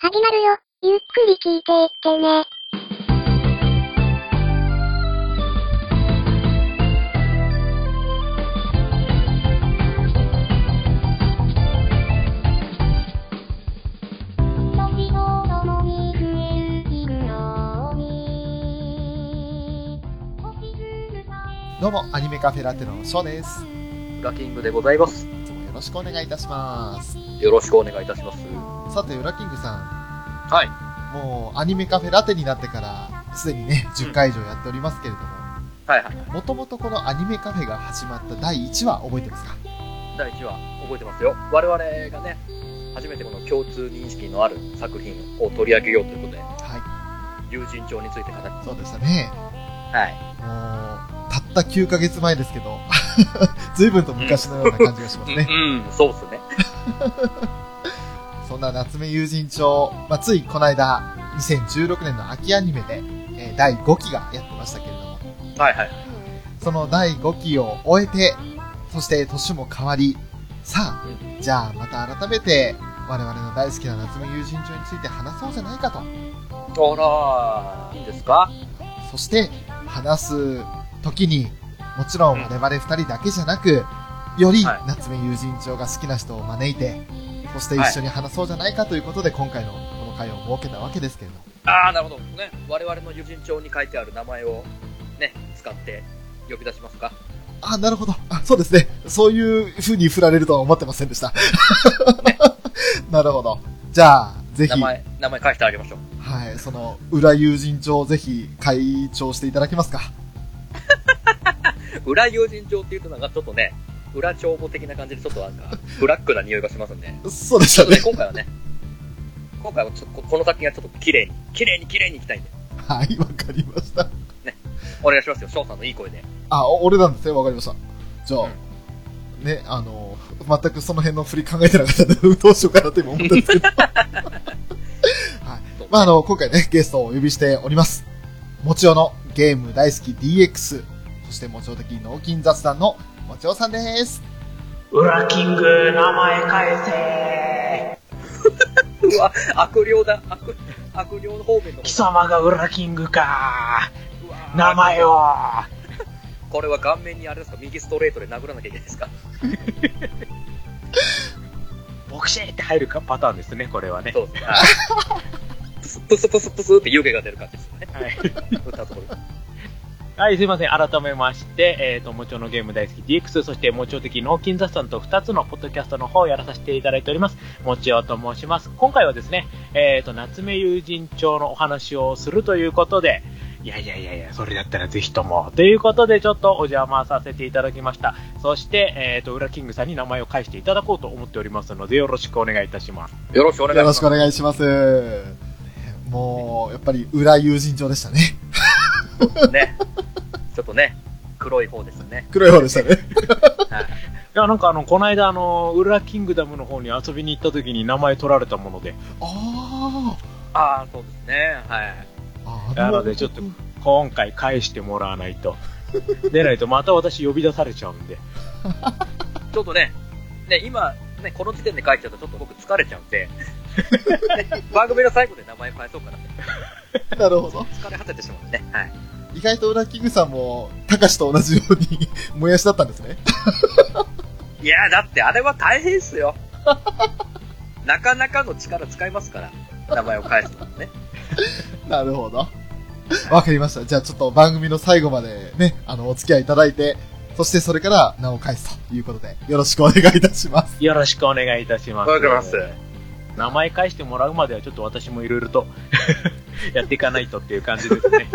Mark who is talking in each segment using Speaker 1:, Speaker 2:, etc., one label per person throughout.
Speaker 1: 始まるよ。ゆっくり聞いていってね。時とともに増える昼のに星屑さえ
Speaker 2: どうもアニメカフェラテのショーです
Speaker 3: 裏キングでございます。
Speaker 2: いつもよろしくお願いいたします
Speaker 3: よろしくお願いいたします。
Speaker 2: さてウラキングさ
Speaker 3: はい。
Speaker 2: んもうアニメカフェラテになってからすでにね10回以上やっておりますけれども
Speaker 3: はいはい。
Speaker 2: もともとこのアニメカフェが始まった第1話覚えてますか
Speaker 3: 第1話、覚えてますよ。我々がね、初めてこの共通認識のある作品を取り上げようということで、
Speaker 2: は
Speaker 3: 友人帳について語って、
Speaker 2: いそうでしたね
Speaker 3: はい。
Speaker 2: もうたった9ヶ月前ですけど 随分と昔のような感じがしますね
Speaker 3: うん、うん、そうっすね。
Speaker 2: そんな夏目友人帳、まあ、ついこの間2016年の秋アニメで、えー第5期がやってましたけれども
Speaker 3: はいはい。
Speaker 2: その第5期を終えて、そして年も変わり、さあ、じゃあまた改めて、我々の大好きな夏目友人帳について話そうじゃないかと。
Speaker 3: あらいいんですか
Speaker 2: そして、話す時に、もちろん我々2人だけじゃなく、より
Speaker 3: はい
Speaker 2: 夏目友人帳が好きな人を招いて、そして一緒に話そうじゃないかということで、今回のこの会を設けたわけですけれども。
Speaker 3: ああ、なるほど。ね、我々の友人帳に書いてある名前をね、使って呼び出しますか。
Speaker 2: あ、なるほど。あ、そうですね。そういう風に振られるとは思ってませんでした。 なるほど。じゃあ、ぜひ
Speaker 3: 名、前、名前書いてあげましょう。
Speaker 2: はい、その、裏友人帳をぜひ会長していただけますか。
Speaker 3: 裏友人帳っていうとなんかちょっとね、裏帳簿的な感じでちょっとなんか、ブラックな匂いがしますんで。
Speaker 2: そうでし
Speaker 3: ちょ
Speaker 2: た
Speaker 3: っと
Speaker 2: ね。
Speaker 3: ね、今回はね、今回はちょっとここの作品はちょっと綺麗に、綺麗に綺麗にいきたいんで、
Speaker 2: はい、わかりました。
Speaker 3: お願いしますよ、翔さんのいい声で。
Speaker 2: あ、お俺なんですね。わかりました。じゃあ、
Speaker 3: う
Speaker 2: ね、あの、全くその辺の振り考えてなかったんで、どうしようかなと今思ったんです けど。まあ、あの、今回ね、ゲストをお呼びしております。もちおのゲーム大好き DX、そしてもちお的脳筋雑談のもちおさんです。
Speaker 4: 裏キング名前変えて
Speaker 3: うわ、悪霊だ、悪、悪霊の方面の
Speaker 4: 貴
Speaker 3: 方
Speaker 4: 様が裏キングか
Speaker 3: うわ
Speaker 4: 名前を
Speaker 3: これは顔面にあれですか、右ストレートで殴らなきゃいけないですか。
Speaker 4: ボクシーって入るかパターンですねこれはね
Speaker 3: そうですね。はいプスプスプスプスって湯気が出る感じですよね。
Speaker 4: はい、
Speaker 3: 打ったところ。
Speaker 4: はい、すいません改めましてえっ、ともちろんのゲーム大好き DX そしてもちろん的脳筋雑談と2つのポッドキャストの方をやらさせていただいておりますもちおと申します今回はですねえっ、と夏目友人帳のお話をするということでいやいやいやいや、それだったらぜひとも。ということで、ちょっとお邪魔させていただきました。そして、えっ、と、ウラキングさんに名前を返していただこうと思っておりますので、よろしくお願いいたします。
Speaker 3: よろしくお願い
Speaker 2: よ
Speaker 3: し
Speaker 2: ろ
Speaker 3: ま
Speaker 2: し
Speaker 3: す。
Speaker 2: くお願いします。ねもう、やっぱり裏友人帳でしたね。
Speaker 3: ね。ちょっとね、黒い方ですね。
Speaker 2: 黒い方でしたね。
Speaker 4: いや、なんかあの、この間、あの、ウラキングダムの方に遊びに行った時に名前取られたもので、
Speaker 2: あー
Speaker 3: ああ、そうですね。はい。
Speaker 2: あ。
Speaker 4: なのでちょっと今回返してもらわないと。 でないとまた私呼び出されちゃうんで。
Speaker 3: ちょっとね、ね、今、ね、この時点で書いちゃうとちょっと僕疲れちゃうん で、ね番組の最後で名前変えそうかなって。
Speaker 2: なるほど。
Speaker 3: 疲れ果ててしまうね。はい。
Speaker 2: 意外と裏キングさんも、たかしと同じように、 もやしだったんですね。
Speaker 3: いやー、だってあれは大変っす よ。なかなかの力使いますから、名前を返すのもね。
Speaker 2: なるほど。わかりました。じゃあちょっと番組の最後までね、あの、お付き合いいただいて、そしてそれから名を返すということで、よろしくお願いいたします。
Speaker 4: よろしくお願いいたします。
Speaker 3: わかります
Speaker 4: 名前返してもらうまではちょっと私もいろいろと やっていかないとっていう感じです ね。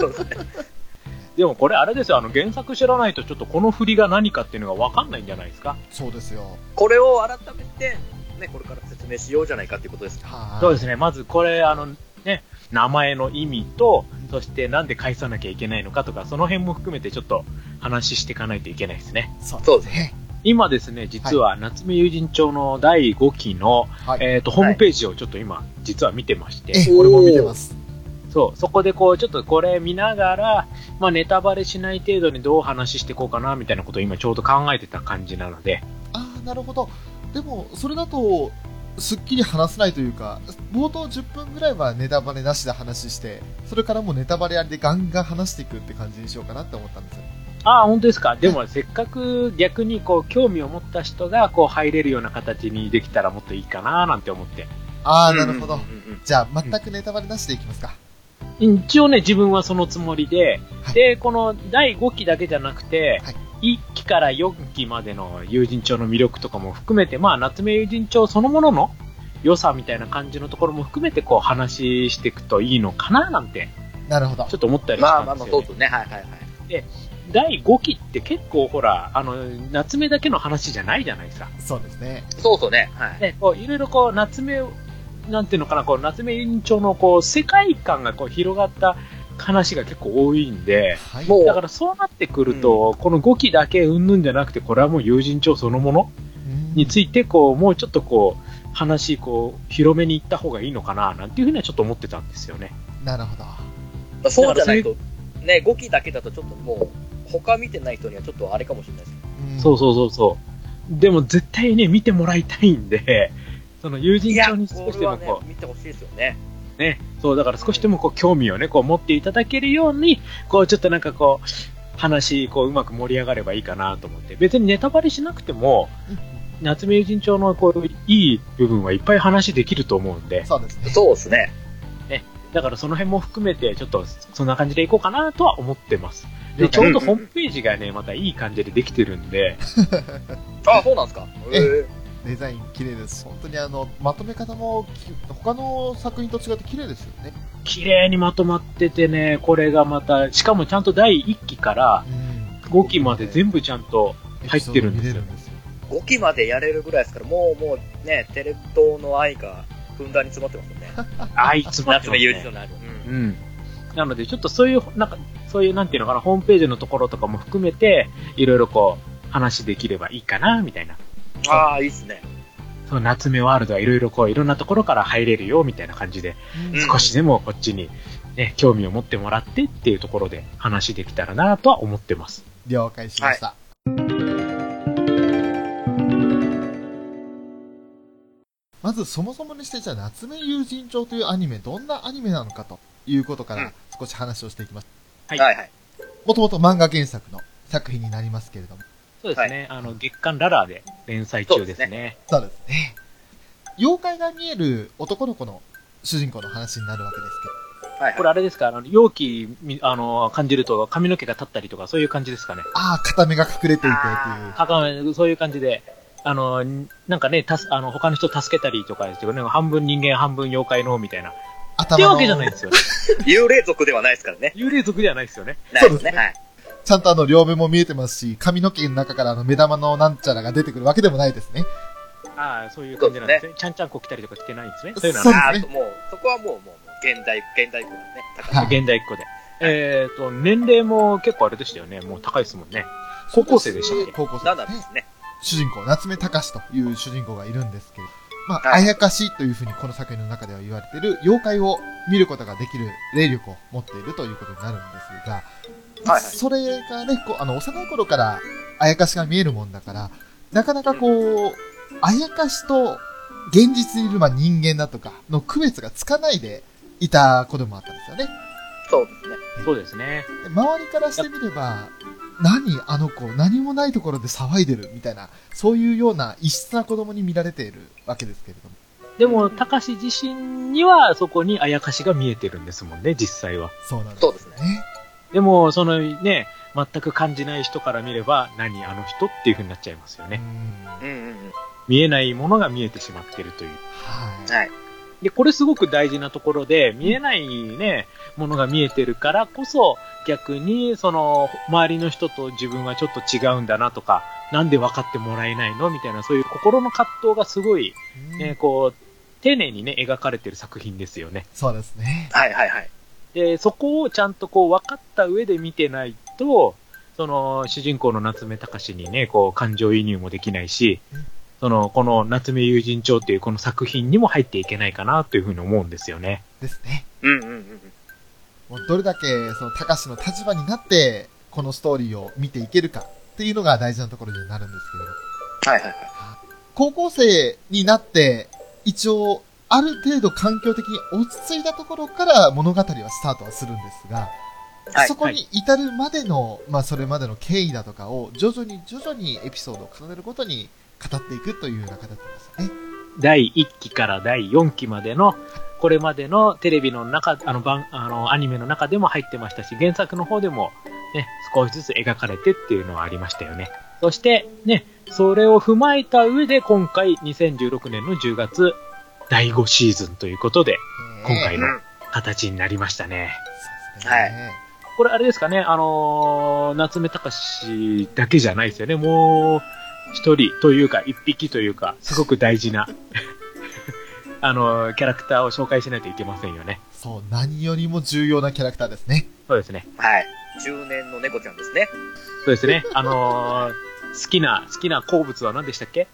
Speaker 3: そうですね
Speaker 4: でもこれあれですよ、あの原作知らないとちょっとこの振りが何かっていうのがわかんないんじゃないですか。
Speaker 2: そうですよ。
Speaker 3: これを改めて、ね、これから説明しようじゃないかっていうことです。
Speaker 2: は
Speaker 4: そう
Speaker 2: い。
Speaker 4: ですね、まずこれ、あのね、名前の意味と、そしてなんで返さなきゃいけないのかとか、その辺も含めてちょっと話していかないといけないですね。
Speaker 2: そう
Speaker 3: そうです
Speaker 2: ね。
Speaker 4: 今ですね、実は夏目友人帳の第5期の、
Speaker 2: はい。
Speaker 4: えっ、と、ホームページをちょっと今、実は見てまして、
Speaker 2: え、俺も見てます。
Speaker 4: そう、そこでこう、ちょっとこれ見ながら、まあネタバレしない程度にどう話していこうかな、みたいなことを今ちょうど考えてた感じなので、
Speaker 2: ああ、なるほど。でも、それだと、すっきり話せないというか、冒頭10分ぐらいはネタバレなしで話して、それからもうネタバレありでガンガン話していくって感じにしようかなって思ったんですよ。
Speaker 4: ああ、本当ですか。でも、せっかく逆にこう、興味を持った人がこう、入れるような形にできたらもっといいかななんて思って。
Speaker 2: あー、なるほど
Speaker 3: うん。うんうん
Speaker 2: じゃあ、全くネタバレなしでいきますか。
Speaker 4: 一応ね、自分はそのつもりで、
Speaker 2: はい
Speaker 4: で、この第5期だけじゃなくて、
Speaker 2: はい
Speaker 4: 1期から4期までの友人帳の魅力とかも含めて、まあ、夏目友人帳そのものの良さみたいな感じのところも含めて、こう、話していくといいのかななんて、
Speaker 2: なるほど
Speaker 4: ちょ。っと思ったりし
Speaker 3: ま
Speaker 4: た
Speaker 3: あまあ
Speaker 4: ん
Speaker 3: ま
Speaker 4: で
Speaker 3: あ、そ
Speaker 4: す
Speaker 3: う
Speaker 4: よ、
Speaker 3: で
Speaker 4: ね。
Speaker 3: すね。はいはいはい。
Speaker 4: 第5期って結構ほら、あの、夏目だけの話じゃないじゃないですか。
Speaker 2: そうですね。
Speaker 3: そうそうね。はい。
Speaker 4: ね、こういろいろこう夏目をなんていうのかなこう夏目委員長のこう世界観がこう広がった話が結構多いんで
Speaker 2: はい。
Speaker 3: もう
Speaker 4: だからそうなってくると、この5期だけうんぬんじゃなくてこれはもう友人帳そのもの
Speaker 2: うん
Speaker 4: についてこうもうちょっとこう話こう広めに行った方がいいのかななんていうふうにはちょっと思ってたんですよね。
Speaker 2: なるほど。
Speaker 3: まあそうじゃないと、ね、5期だけだとちょっともう、他見てない人にはちょっとあれかもしれないです
Speaker 2: うん
Speaker 4: そうそうそうそう。でも絶対ね見てもらいたいんで その友人帳に
Speaker 3: け
Speaker 4: 少
Speaker 3: ど。こ
Speaker 4: しで
Speaker 3: れ
Speaker 4: も
Speaker 3: はね
Speaker 4: こう、
Speaker 3: 見てほしいですよね。
Speaker 4: ね、そう、だから少しでもこう興味をね、こう持っていただけるように、こうちょっとなんかこう、話、こううまく盛り上がればいいかなと思って、別にネタバレしなくても、夏目友人帳のこう、いい部分はいっぱい話できると思うんで、
Speaker 2: そうですね。
Speaker 3: そうですね。
Speaker 4: だからその辺も含めて、ちょっとそんな感じでいこうかなとは思ってます。で、
Speaker 2: 了
Speaker 4: ち
Speaker 2: 解
Speaker 4: ょうどホームページがね、またいい感じでできてるんで、
Speaker 3: あ、そうなんですか。
Speaker 2: え
Speaker 3: え
Speaker 2: デザイン綺麗です。本当にあの、まとめ方もき、他の作品と違って綺麗ですよね。
Speaker 4: 綺麗にまとまっててね、これがまた、しかもちゃんと第1期から
Speaker 2: うん
Speaker 4: 5期まで全部ちゃんと、入ってるんですよ
Speaker 2: エピソード見れるんですよ。
Speaker 3: 5期までやれるぐらいですから、もうもうね、テレ東の愛がふんだんに詰まってますよね。
Speaker 4: あいつまっ
Speaker 3: 夏
Speaker 4: てます
Speaker 3: 目
Speaker 4: ね
Speaker 3: 友人の愛。うん
Speaker 4: うん。なので、ちょっとそういう、なんか、そういう、なんていうのかな、ホームページのところとかも含めて、いろいろこう、話できればいいかな、みたいな。
Speaker 3: ああ、いいですね。
Speaker 4: その夏目ワールドはいろいろこう、いろんなところから入れるよ、みたいな感じで、
Speaker 2: うん
Speaker 3: うん
Speaker 4: 少しでもこっちに、ね、興味を持ってもらってっていうところで話できたらなとは思ってます。
Speaker 2: 了解しました。まずそもそもにして、じゃあ、夏目友人帳というアニメ、どんなアニメなのかということか
Speaker 3: う
Speaker 2: ら
Speaker 3: ん
Speaker 2: 少し話をしていきます。
Speaker 4: はい
Speaker 3: はいはい。
Speaker 2: もともと漫画原作の作品になりますけれども。
Speaker 4: そうですね。あの、月刊ララーで連載中です
Speaker 3: そうです
Speaker 4: ね。
Speaker 2: そうですね。妖怪が見える男の子の主人公の話になるわけです
Speaker 3: はいはい
Speaker 4: これあれですかあの、容器み、あの、感じると髪の毛が立ったりとか、そういう感じですかね。
Speaker 2: けど、ああ、片目が隠れていてという。
Speaker 3: あ
Speaker 4: あかん、そういう感じで、あの、んなんかね、たす、あの、他の人助けたりとかですけどね、半分人間、半分妖怪の、みたいな。って
Speaker 2: 頭
Speaker 4: わ
Speaker 2: の、
Speaker 4: けじゃない
Speaker 2: ち
Speaker 4: ですよ。
Speaker 3: 幽霊族ではないですから ね。
Speaker 4: 幽霊族ではないですよね。
Speaker 3: ない
Speaker 2: そ
Speaker 3: で
Speaker 2: う
Speaker 3: す
Speaker 2: で
Speaker 3: ね。
Speaker 2: す
Speaker 3: はい。
Speaker 2: ゃんとあの、両目も見えてますし、髪の毛の中からあの、目玉のなんちゃらが出てくるわけでもないですね。
Speaker 4: ああ、そういう感じなんですね。ちゃんちゃんこ来たりとか来てないんですね。そういうの
Speaker 2: そ
Speaker 4: は
Speaker 2: う
Speaker 3: あ
Speaker 4: ね
Speaker 2: で
Speaker 3: ー
Speaker 2: す
Speaker 3: ともう、そこはもう、もうもう、現代、現代語なんでね。高
Speaker 2: はい。
Speaker 4: 現代っ子で。えっ、と、年齢も結構あれでしたよね。もう高いですもんね。高校生でしたっけ
Speaker 2: 高校
Speaker 3: 橋
Speaker 2: 生
Speaker 3: なん
Speaker 2: です
Speaker 3: で
Speaker 2: ね
Speaker 3: す。ね。
Speaker 2: 主人公、夏目隆という主人公がいるんですけれど、まあ、
Speaker 3: は
Speaker 2: あ
Speaker 3: い
Speaker 2: やかしいというふうにこの作品の中では言われている妖怪を見ることができる霊力を持っているということになるんですが、
Speaker 3: はいはい
Speaker 2: それがね、こう、あの、幼い頃からあやかしが見えるもんだから、なかなかこう、あやかしと現実にいる、まあ、人間だとかの区別がつかないでいたこともあったんですよね。
Speaker 3: そうですね。
Speaker 4: そうですね。
Speaker 2: で周りからしてみれば、何あの子、何もないところで騒いでるみたいな、そういうような異質な子供に見られているわけですけれども。
Speaker 4: でも、たかし自身にはそこにあやかしが見えてるんですもんね、実際は。
Speaker 2: そうなんです
Speaker 3: そ
Speaker 2: よ
Speaker 3: うですね。
Speaker 2: ね。
Speaker 4: でも、そのね、全く感じない人から見れば、何あの人っていう風になっちゃいますよ
Speaker 2: う
Speaker 4: ね。
Speaker 2: ん。
Speaker 3: うんうんうん。
Speaker 4: 見えないものが見えてしまってるという。
Speaker 2: は
Speaker 3: はい。
Speaker 4: で、これすごく大事なところで、見えないね、ものが見えてるからこそ、逆に、その、周りの人と自分はちょっと違うんだなとか、なんで分かってもらえないのみたいな、そういう心の葛藤がすごい、
Speaker 2: い。
Speaker 4: ね、こう、丁寧にね、描かれてる作品ですよね。
Speaker 2: そうですね。
Speaker 3: はいはいはい。
Speaker 4: で、そこをちゃんとこう、分かった上で見てないと、その、主人公の夏目隆にね、こう、感情移入もできないし
Speaker 2: うん、
Speaker 4: その、この夏目友人帳っていうこの作品にも入っていけないかなというふうに思うんですよね。
Speaker 2: ですね。
Speaker 3: うんうんうん。
Speaker 2: もうどれだけ、その、高志の立場になって、このストーリーを見ていけるかっていうのが大事なところになるんですけれども。
Speaker 3: はいはいはい。
Speaker 2: 高校生になって、一応、ある程度環境的に落ち着いたところから物語はスタートはするんですが、
Speaker 3: はい
Speaker 2: そこに至るまでの、まあそれまでの経緯だとかを徐々に徐々にエピソードを重ねるごとに語っていくというような形ですね。
Speaker 4: 第1期から第4期までの、これまでのテレビの中、あの、番、あの、アニメの中でも入ってましたし、原作の方でも、ね、少しずつ描かれてっていうのはありましたよね。そして、ね、それを踏まえた上で、今回、2016年の10月、第5シーズンということで、
Speaker 2: えー
Speaker 4: 今回
Speaker 3: う
Speaker 4: の
Speaker 3: ん。
Speaker 4: 形になりましたね。
Speaker 2: そうです
Speaker 3: はい
Speaker 2: ね。
Speaker 4: これあれですかね、あのー夏目隆史だけじゃないですよね。もう、一人というか、一匹というか、すごく大事な、 あのーキャラクターを紹介しないといけませんよね。
Speaker 2: そう、何よりも重要なキャラクターですね。
Speaker 4: そうですね。
Speaker 3: はい。中年の猫ちゃんですね。
Speaker 4: そうですね。あのー好きな、好きな好物は何でしたっけ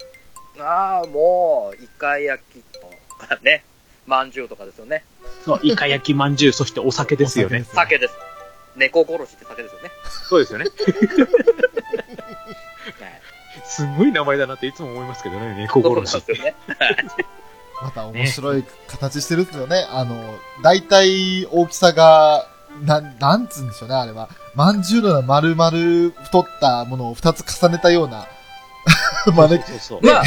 Speaker 3: ああ、もう、イカ焼きとかね。まんじゅうとかですよね。
Speaker 4: そう、イカ焼きまんじゅう、そしてお酒ですよね。
Speaker 2: お酒
Speaker 3: 酒です。猫殺しって酒ですよね。
Speaker 4: そうですよね。
Speaker 3: はい
Speaker 4: すごい名前だなっていつも思いますけどね、猫
Speaker 3: そうなん
Speaker 4: 殺
Speaker 3: で
Speaker 4: し。
Speaker 3: すよね。
Speaker 2: また面白い形してるんですよね。あの、大体大きさが、なん、なんつうんでしょうね、あれは。まんじゅうのような丸々太ったものを二つ重ねたような、 まね、
Speaker 4: そうそう。
Speaker 3: まあ、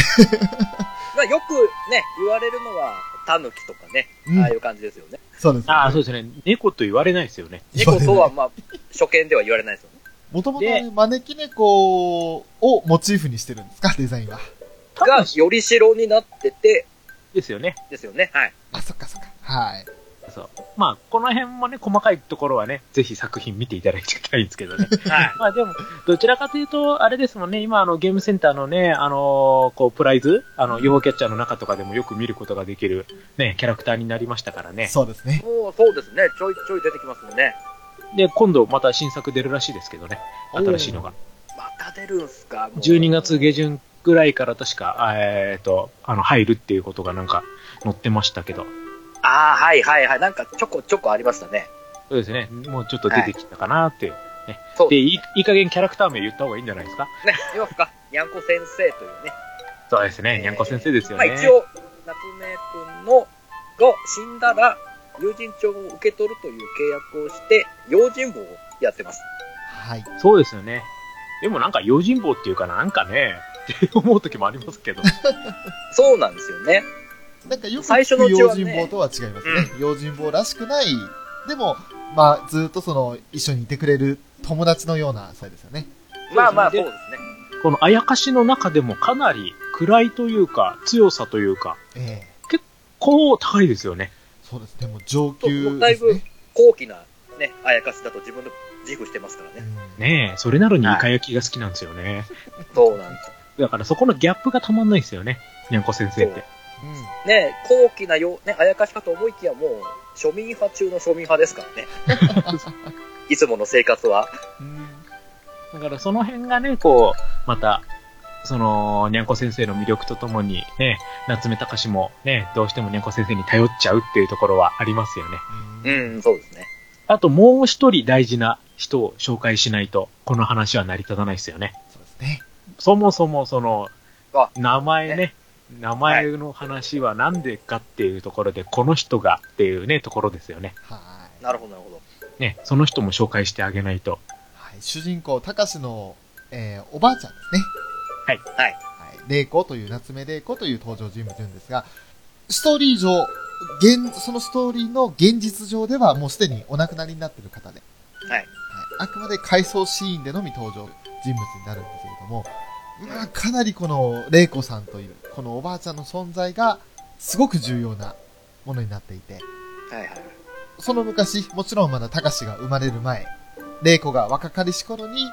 Speaker 3: まあよくね、言われるのは、タヌキとかね、
Speaker 2: うん
Speaker 3: ああいう感じですよね。
Speaker 2: そうです、ね。
Speaker 4: ああ、そうですね。猫と言われないですよね。
Speaker 2: 言わ
Speaker 3: 猫
Speaker 2: れない
Speaker 3: とは、まあ、初見では言われないですよね。
Speaker 2: もともと
Speaker 4: で
Speaker 2: あれ招き猫をモチーフにしてるんですか、デザインは。
Speaker 4: 多
Speaker 3: が
Speaker 4: 分、
Speaker 3: より白になってて、
Speaker 4: ですよね。
Speaker 3: ですよね。はい。
Speaker 2: あ、そっかそっか。はい。
Speaker 4: そう。まあ、この辺もね、細かいところはね、ぜひ作品見ていただきたいんですけ どね。
Speaker 3: はい。
Speaker 4: まあでも、どちらかというと、あれですもんね、今、あの、ゲームセンターのね、あのーこう、プライズ、あの、UFO キャッチャーの中とかでもよく見ることができる、ね、キャラクターになりましたからね。
Speaker 2: そうですね。
Speaker 3: もう、そうですね。ちょいちょい出てきますもんね。
Speaker 4: で、今度また新作出るらしいですけどね、新しいのが。
Speaker 3: また出るんすかもう
Speaker 4: 12月下旬ぐらいから確か、あえっ、と、あの、入るっていうことがなんか、載ってましたけど。
Speaker 3: ああ、はいはいはい。なんかちょこちょこありましたね。
Speaker 4: そうですね、もうちょっと出てきたかなっていう。
Speaker 3: そう
Speaker 4: で、
Speaker 3: で
Speaker 4: いい、いい加減キャラクター名言った方がいいんじゃないですか
Speaker 3: すね。いますか。にゃんこ先生というね。
Speaker 4: そうですね、にゃんこ先生ですよ
Speaker 3: まあ
Speaker 4: ね。
Speaker 3: 一応、夏目くんの、が死んだら、友人帳を受け取るという契約をして、用心棒をやってます。
Speaker 2: はい。
Speaker 4: そうですよね。でもなんか用心棒っていうかなんかね、 って思う時もありますけど。
Speaker 3: そうなんですよね。
Speaker 2: なんかよく
Speaker 3: 最初
Speaker 2: 聞
Speaker 3: の
Speaker 2: く
Speaker 3: うち
Speaker 2: 用
Speaker 3: はね
Speaker 2: 心棒とは違いますね。用心棒らしくない。でも、まあ、ずっとその、一緒にいてくれる友達のような、それですよね。
Speaker 3: まあまあ、そ
Speaker 4: で
Speaker 3: うですね。
Speaker 4: このあやかしの中でもかなり暗いというか、強さというか、
Speaker 2: ええ
Speaker 4: こう高いですよね。
Speaker 2: そうですね。もう上
Speaker 3: そうも
Speaker 2: 級
Speaker 3: うだい
Speaker 2: です
Speaker 3: ぶ
Speaker 2: ね。
Speaker 3: 高貴な、ね、あやかしだと自分で自負してますからね。
Speaker 2: うん
Speaker 4: ねえ、それなのにイカ焼きが好きなんですよね。
Speaker 3: そうなんです。
Speaker 4: だからそこのギャップがたまんないですよね。にゃんこ先生って。
Speaker 2: うん
Speaker 3: ね、高貴なよ、ね、あやかしかと思いきやもう、庶民派中の庶民派ですからね。 いつもの生活は。
Speaker 4: だからその辺がね、こう、また、その、にゃんこ先生の魅力とともに、ね、夏目隆もね、どうしてもにゃんこ先生に頼っちゃうっていうところはありますよね。
Speaker 2: う
Speaker 3: うんん、そうですね。
Speaker 4: あともう一人大事な人を紹介しないと、この話は成り立たないですよね。
Speaker 2: そうですね。
Speaker 4: そもそもその
Speaker 3: あ、
Speaker 4: 名前ね、名前の話はなんでかっていうところで、この人がっていうね、ところですよね。
Speaker 2: はい。
Speaker 3: なるほど、なるほど。
Speaker 4: ね、その人も紹介してあげないと。
Speaker 2: はい、主人公、たかしの、えーおばあちゃんですね。
Speaker 4: はい
Speaker 3: は
Speaker 2: は
Speaker 3: い
Speaker 2: い。玲子という、夏目玲子という登場人物なんですが、ストーリー上、現、そのストーリーの現実上ではもうすでにお亡くなりになっている方で、
Speaker 3: はい
Speaker 2: はい。あくまで回想シーンでのみ登場人物になるんですけれども、まあ、かなりこの玲子さんという、このおばあちゃんの存在が、すごく重要なものになっていて、
Speaker 3: はいはい。
Speaker 2: その昔、もちろんまだ高志が生まれる前、玲子が若かりし頃に、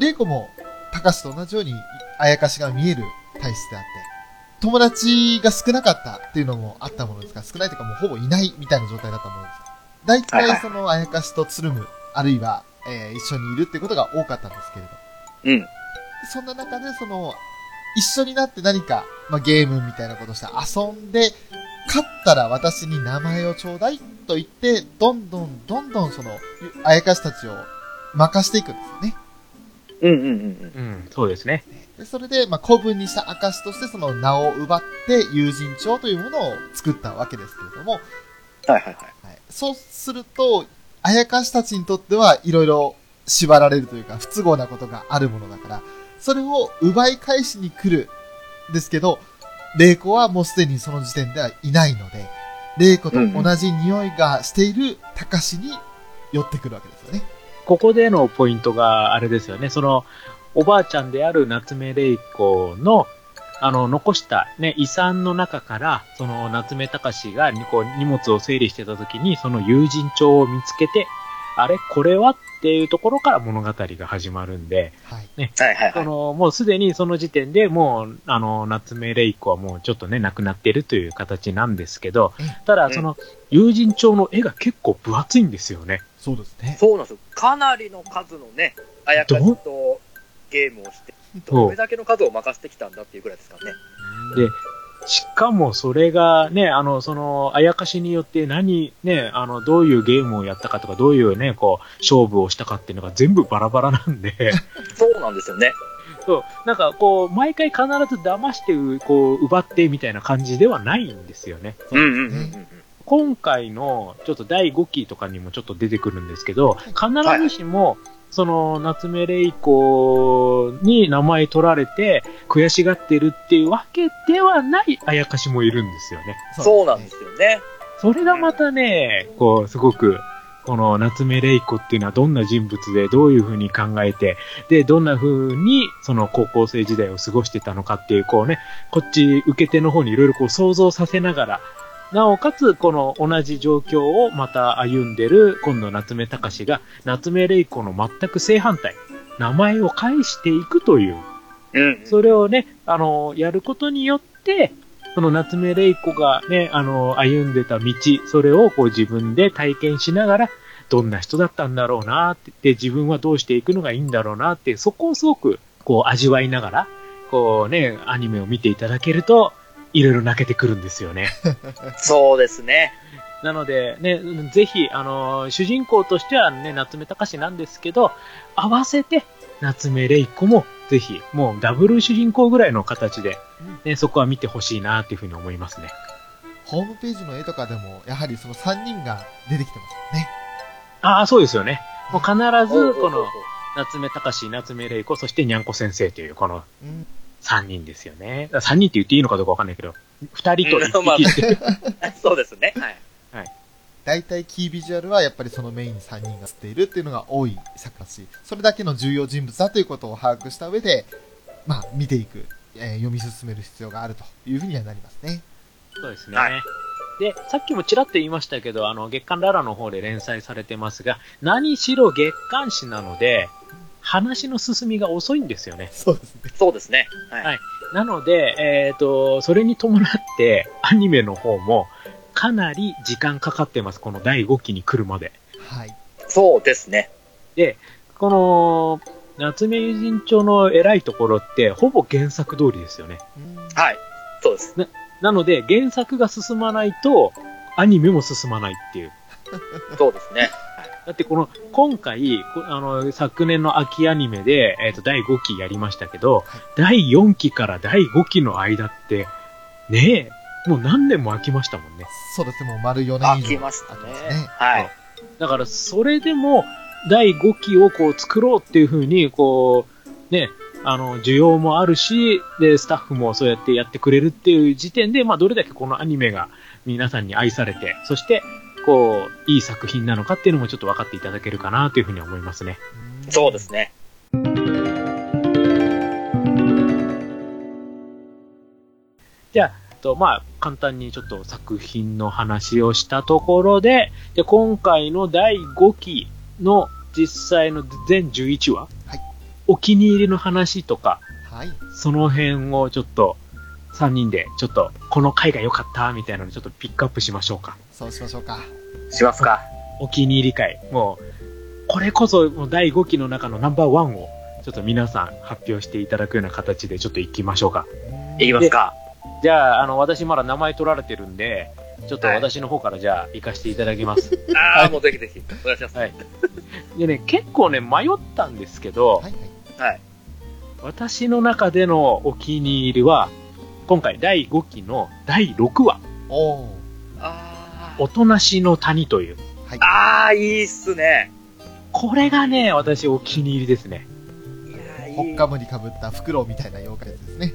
Speaker 2: 玲子も高志と同じように、あやかしが見える体質であって、友達が少なかったっていうのもあったものですが、少ないというかもうほぼいないみたいな状態だったものです。大
Speaker 3: はいは
Speaker 2: 体
Speaker 3: い
Speaker 2: そのあやかしとつるむ、あるいは、えー一緒にいるってことが多かったんですけれど、
Speaker 3: うん。
Speaker 2: そんな中でその、一緒になって何か、まあ、ゲームみたいなことして遊んで、勝ったら私に名前をちょうだいと言って、どんどんどんどんその、あやかしたちを任していくんですよね。
Speaker 3: うんうんうんうん。
Speaker 4: うん、そうですね。
Speaker 2: でそれで、まあ、古文にした証としてその名を奪って友人帳というものを作ったわけですけれども、
Speaker 3: はいはいはい。
Speaker 2: はい、そうすると、あやかしたちにとってはいろいろ縛られるというか不都合なことがあるものだから、それを奪い返しに来るですけど、玲子はもうすでにその時点ではいないので、玲子と同じ匂いがしている高志に寄ってくるわけですよね。
Speaker 4: ここでのポイントがあれですよね、その、おばあちゃんである夏目玲子の、あの、残したね、遺産の中から、その夏目隆がにこう荷物を整理してた時に、その友人帳を見つけて、あれこれはっていうところから物語が始まるんで、
Speaker 2: はい。
Speaker 3: はいはいは
Speaker 4: そ
Speaker 3: い。
Speaker 4: の、もうすでにその時点でもう、あの、夏目玲子はもうちょっとね、亡くなってるという形なんですけど
Speaker 2: うん、
Speaker 4: ただ、その、友人帳の絵が結構分厚いんですよね。
Speaker 2: そうですね。
Speaker 3: そうなんですよ。かなりの数のね、あやかしとゲームをして、どれだけの数を任せてきたんだっていうぐらいですからね。
Speaker 4: で、しかもそれがね、あの、その、あやかしによって何、ね、あの、どういうゲームをやったかとか、どういうね、こう、勝負をしたかっていうのが全部バラバラなんで、
Speaker 3: そうなんですよね。
Speaker 4: そう、なんかこう、毎回必ず騙してう、こう、奪ってみたいな感じではないんですよね。
Speaker 3: うんうんうんうんうん。
Speaker 4: 今回の、ちょっと第5期とかにもちょっと出てくるんですけど、必ずしも、その、夏目玲子に名前取られて、悔しがってるっていうわけではないあやかしもいるんですよね。
Speaker 3: そうなんですよね。
Speaker 4: それがまたね、こう、すごく、この夏目玲子っていうのはどんな人物でどういうふうに考えて、で、どんな風にその高校生時代を過ごしてたのかっていう、こうね、こっち受け手の方にいろいろこう想像させながら、なおかつ、この同じ状況をまた歩んでる今度夏目隆が夏目玲子の全く正反対、名前を返していくという
Speaker 3: うん
Speaker 4: それをね、あの、やることによって、その夏目玲子がね、あの、歩んでた道、それをこう自分で体験しながら、どんな人だったんだろうなって、で自分はどうしていくのがいいんだろうなって、そこをすごく、こう味わいながら、こうね、アニメを見ていただけると、いろいろ泣けてくるんですよね。
Speaker 3: そうですね。
Speaker 4: なので、ね、ぜひ、あの、主人公としてはね、夏目隆なんですけど、合わせて、夏目玲子も、ぜひ、もうダブル主人公ぐらいの形で、ね、そこは見てほしいなっていうふうに思いますね。
Speaker 2: ホームページの絵とかでも、やはりその3人が出てきてますよね。
Speaker 4: ああ、そうですよね。もう必
Speaker 3: おうおう
Speaker 4: ず、
Speaker 3: おう
Speaker 4: この、夏目隆、夏目玲子、そしてにゃんこ先生という、この
Speaker 2: うん。
Speaker 4: 3人ですよね。3人って言っていいのかどうかわかんないけど、2人と
Speaker 3: うんま
Speaker 4: 1
Speaker 3: あ
Speaker 4: 匹して、
Speaker 3: そう ですね。はい。
Speaker 2: 大体キービジュアルはやっぱりそのメイン3人が吸っているっていうのが多い作だし、それだけの重要人物だということを把握した上で、まあ見ていく、えー読み進める必要があるというふうにはなりますね。
Speaker 4: そうですね。
Speaker 3: はい
Speaker 4: で、さっきもちらっと言いましたけど、あの、月刊ララの方で連載されてますが、何しろ月刊誌なので、話の進みが遅いんですよね。
Speaker 2: そうですね。
Speaker 3: そうですね。
Speaker 4: は
Speaker 3: はいい。
Speaker 4: なので、えっ、と、それに伴って、アニメの方も、かなり時間かかってます。この第5期に来るまで。
Speaker 2: はい。
Speaker 3: そうですね。
Speaker 4: この、夏目友人帳の偉いところって、ほぼ原作通りですよね。
Speaker 2: うん
Speaker 3: はい。そうです。
Speaker 4: なので、原作が進まないと、アニメも進まないっていう。
Speaker 3: そうです ね。
Speaker 4: だってこの、今回、こあの、昨年の秋アニメで、えっ、と、第5期やりましたけど、第4期から第5期の間って、ねえ、もう何年も空きましたもんね。
Speaker 2: そうですね、もう丸4
Speaker 3: 飽
Speaker 2: 年以上。
Speaker 3: きました
Speaker 2: 飽き
Speaker 3: ね
Speaker 2: ま。
Speaker 3: はい。
Speaker 4: だから、それでも、第5期をこう作ろうっていうふうに、こう、ね、あの、需要もあるし、で、スタッフもそうやってやってくれるっていう時点で、まあ、どれだけこのアニメが皆さんに愛されて、そして、こう、いい作品なのかっていうのもちょっと分かっていただけるかなというふうに思いますね。
Speaker 2: うん
Speaker 3: そうですね。
Speaker 4: と、まあ、簡単にちょっと作品の話をしたところで、で、今回の第5期の実際の全11話、
Speaker 2: はい
Speaker 4: お気に入りの話とか、
Speaker 2: はい。
Speaker 4: その辺をちょっと、3人で、ちょっと、この回が良かった、みたいなのをちょっとピックアップしましょうか。
Speaker 2: そうしましょうか。
Speaker 3: しますか。
Speaker 4: お気に入り回。もう、これこそ、もう第5期の中のナンバーワンを、ちょっと皆さん発表していただくような形でちょっと行きましょうか。
Speaker 3: いきますか。
Speaker 4: じゃあ、あの、私まだ名前取られてるんで、ちょっと私の方からじゃあ行かせていただき ます。
Speaker 3: ああ、もうぜひぜひ。お願いします。
Speaker 4: はい。でね、結構ね、迷ったんですけど、
Speaker 2: はいはい。
Speaker 3: はい。
Speaker 4: 私の中でのお気に入りは、今回第5期の第6話、
Speaker 2: おお。
Speaker 3: あ
Speaker 4: おとなしの谷という。
Speaker 2: はい。
Speaker 3: あー、いいっすね。
Speaker 4: これがね、私お気に入りですね。
Speaker 3: いや
Speaker 2: ほ
Speaker 3: ー、い
Speaker 2: っ
Speaker 3: い
Speaker 2: かむりかぶったフクロウみたいな妖怪ですね。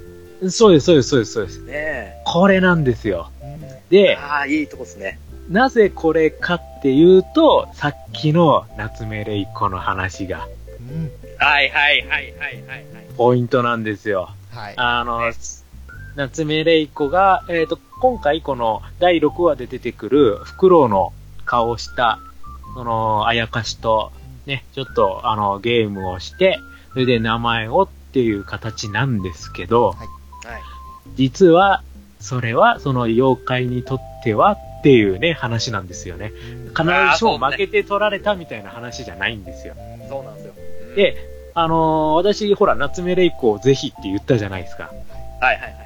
Speaker 4: そうです、そうです、そうです、そうです。
Speaker 3: ね
Speaker 4: これなんですよ。
Speaker 3: え。
Speaker 4: で、
Speaker 3: あー、いいとこっすね。
Speaker 4: なぜこれかっていうと、さっきの夏目玲子の話が
Speaker 2: うん。
Speaker 3: はいはいはいはいはいはい。
Speaker 4: ポイントなんですよ。
Speaker 2: はい。
Speaker 4: あの、
Speaker 3: ね
Speaker 4: 夏目玲子が、えっ、と、今回この第6話で出てくるフクロウの顔をした、その、あやかしと、ね、ちょっと、あの、ゲームをして、それで名前をっていう形なんですけど、
Speaker 3: はい。
Speaker 4: 実は、それは、その妖怪にとってはっていうね、話なんですよね。必ずしも負けて取られたみたいな話じゃないんですよ。
Speaker 3: そうなんですよ。うん
Speaker 4: で、あのー私、ほら、夏目玲子をぜひって言ったじゃないですか。
Speaker 3: はいはいはい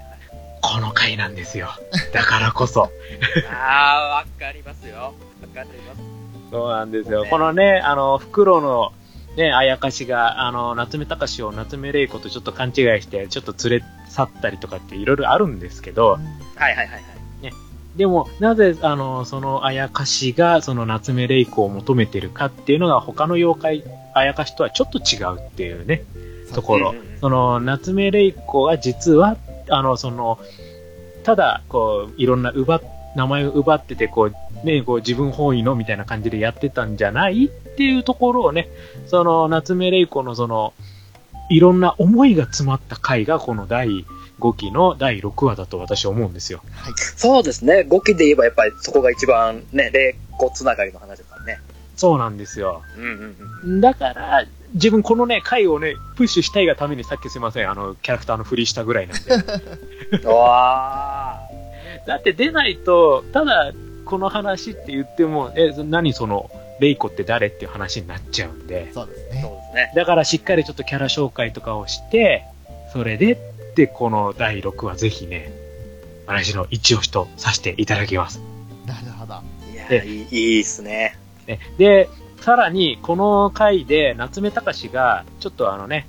Speaker 4: この回なんですよ。だからこそ。
Speaker 3: はい。あー、わかりますよ。わかります。
Speaker 4: そうなんです
Speaker 3: よ
Speaker 4: よ。このね、あの、フクロウの、ね、あやかしが、あの、夏目隆史を夏目玲子とちょっと勘違いして、ちょっと連れ去ったりとかっていろいろあるんですけど、
Speaker 3: はいはいはいはい。
Speaker 4: でも、なぜ、あの、そのあやかしが、その夏目玲子を求めてるかっていうのが、他の妖怪、あやかしとはちょっと違うっていうね、ところ
Speaker 3: うんうんうん。
Speaker 4: その、夏目玲子は実は、あの、その、ただ、こう、いろんな奪っ、名前を奪ってて、こう、ね、こう自分本位のみたいな感じでやってたんじゃないっていうところをね、その、夏目玲子のその、いろんな思いが詰まった回が、この第5期の第6話だと私は思うんですよ。
Speaker 2: はい。
Speaker 3: そうですね。5期で言えばやっぱりそこが一番ね、霊子つながりの話ですからね。
Speaker 4: そうなんですよ。
Speaker 3: うんうんうん。
Speaker 4: だから、自分このね、回をね、プッシュしたいがためにさっきすいません、あの、キャラクターのふりしたぐらいなんで。
Speaker 3: うわ
Speaker 4: だって出ないと、ただ、この話って言っても、え、そ何その、レイコって誰っていう話になっちゃうんで。
Speaker 2: そうです
Speaker 3: ー
Speaker 2: ね
Speaker 3: そう。ですね。
Speaker 4: だからしっかりちょっとキャラ紹介とかをして、それでって、この第6話ぜひね、私の一押しとさせていただきます。
Speaker 2: なるほど。
Speaker 3: いや
Speaker 4: で
Speaker 3: ー、いいいいっすね。
Speaker 4: ね、で、さらに、この回で、夏目隆が、ちょっとあのね、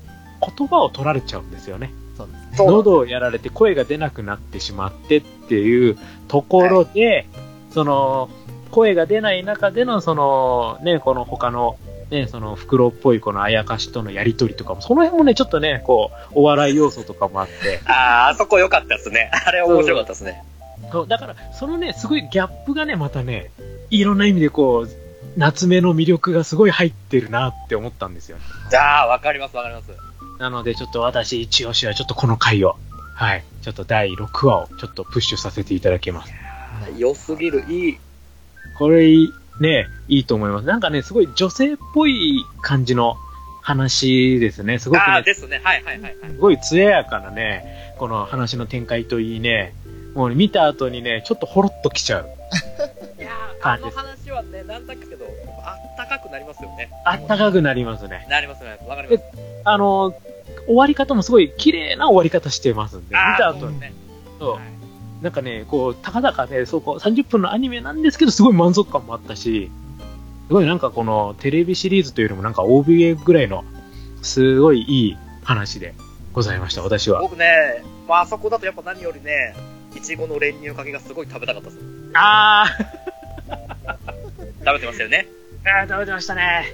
Speaker 4: 言葉を取られちゃうんですよね。
Speaker 2: そうですね。
Speaker 3: そう
Speaker 4: 喉をやられて声が出なくなってしまってっていうところで、その、声が出ない中での、その、ね、この他の、ね、その、袋っぽいこのあやかしとのやりとりとかも、その辺もね、ちょっとね、こう、お笑い要素とかもあって、
Speaker 3: あー、あそこ良かったですね。あれ面白かったですね。
Speaker 4: そうだから、そのね、すごいギャップがね、またね、いろんな意味でこう、夏目の魅力がすごい入ってるなって思ったんですよね。
Speaker 3: あー、わかりますわかります。
Speaker 4: なので、ちょっと私一押しは、ちょっとこの回を、はい、ちょっと第6話を、ちょっとプッシュさせていただきます。
Speaker 3: 良すぎる、いい。
Speaker 4: これ、ね、いいと思います。なんかね、すごい女性っぽい感じの話ですね。すごく
Speaker 3: あー、
Speaker 4: ね、
Speaker 3: ですね。はいはいはいはい。
Speaker 4: すごい艶やかなね、この話の展開といいね、もうね見た後にね、ちょっとほろっときちゃう。
Speaker 3: いやー、あ
Speaker 4: 感じ
Speaker 3: の
Speaker 4: です
Speaker 3: 話はね、なんだかけど、あったかくなりますよね。
Speaker 4: あったかくなりますね。
Speaker 3: なりますね。わかります。
Speaker 4: あの、終わり方もすごい綺麗な終わり方してますんで、見た
Speaker 3: あー
Speaker 4: 後
Speaker 3: そう
Speaker 4: に
Speaker 3: ですね。
Speaker 4: ね。そう
Speaker 3: はい
Speaker 4: なんかね、こう、たかだかね、そうこう、30分のアニメなんですけど、すごい満足感もあったし、すごいなんかこの、テレビシリーズというよりもなんか OVA ぐらいの、すごいいい話でございました、私は。
Speaker 3: 僕ね、まああそこだとやっぱ何よりね、いちごの練乳かけがすごい食べたかったです。食
Speaker 4: あ
Speaker 3: べてましたよね。
Speaker 4: ー、あー食べてましたね。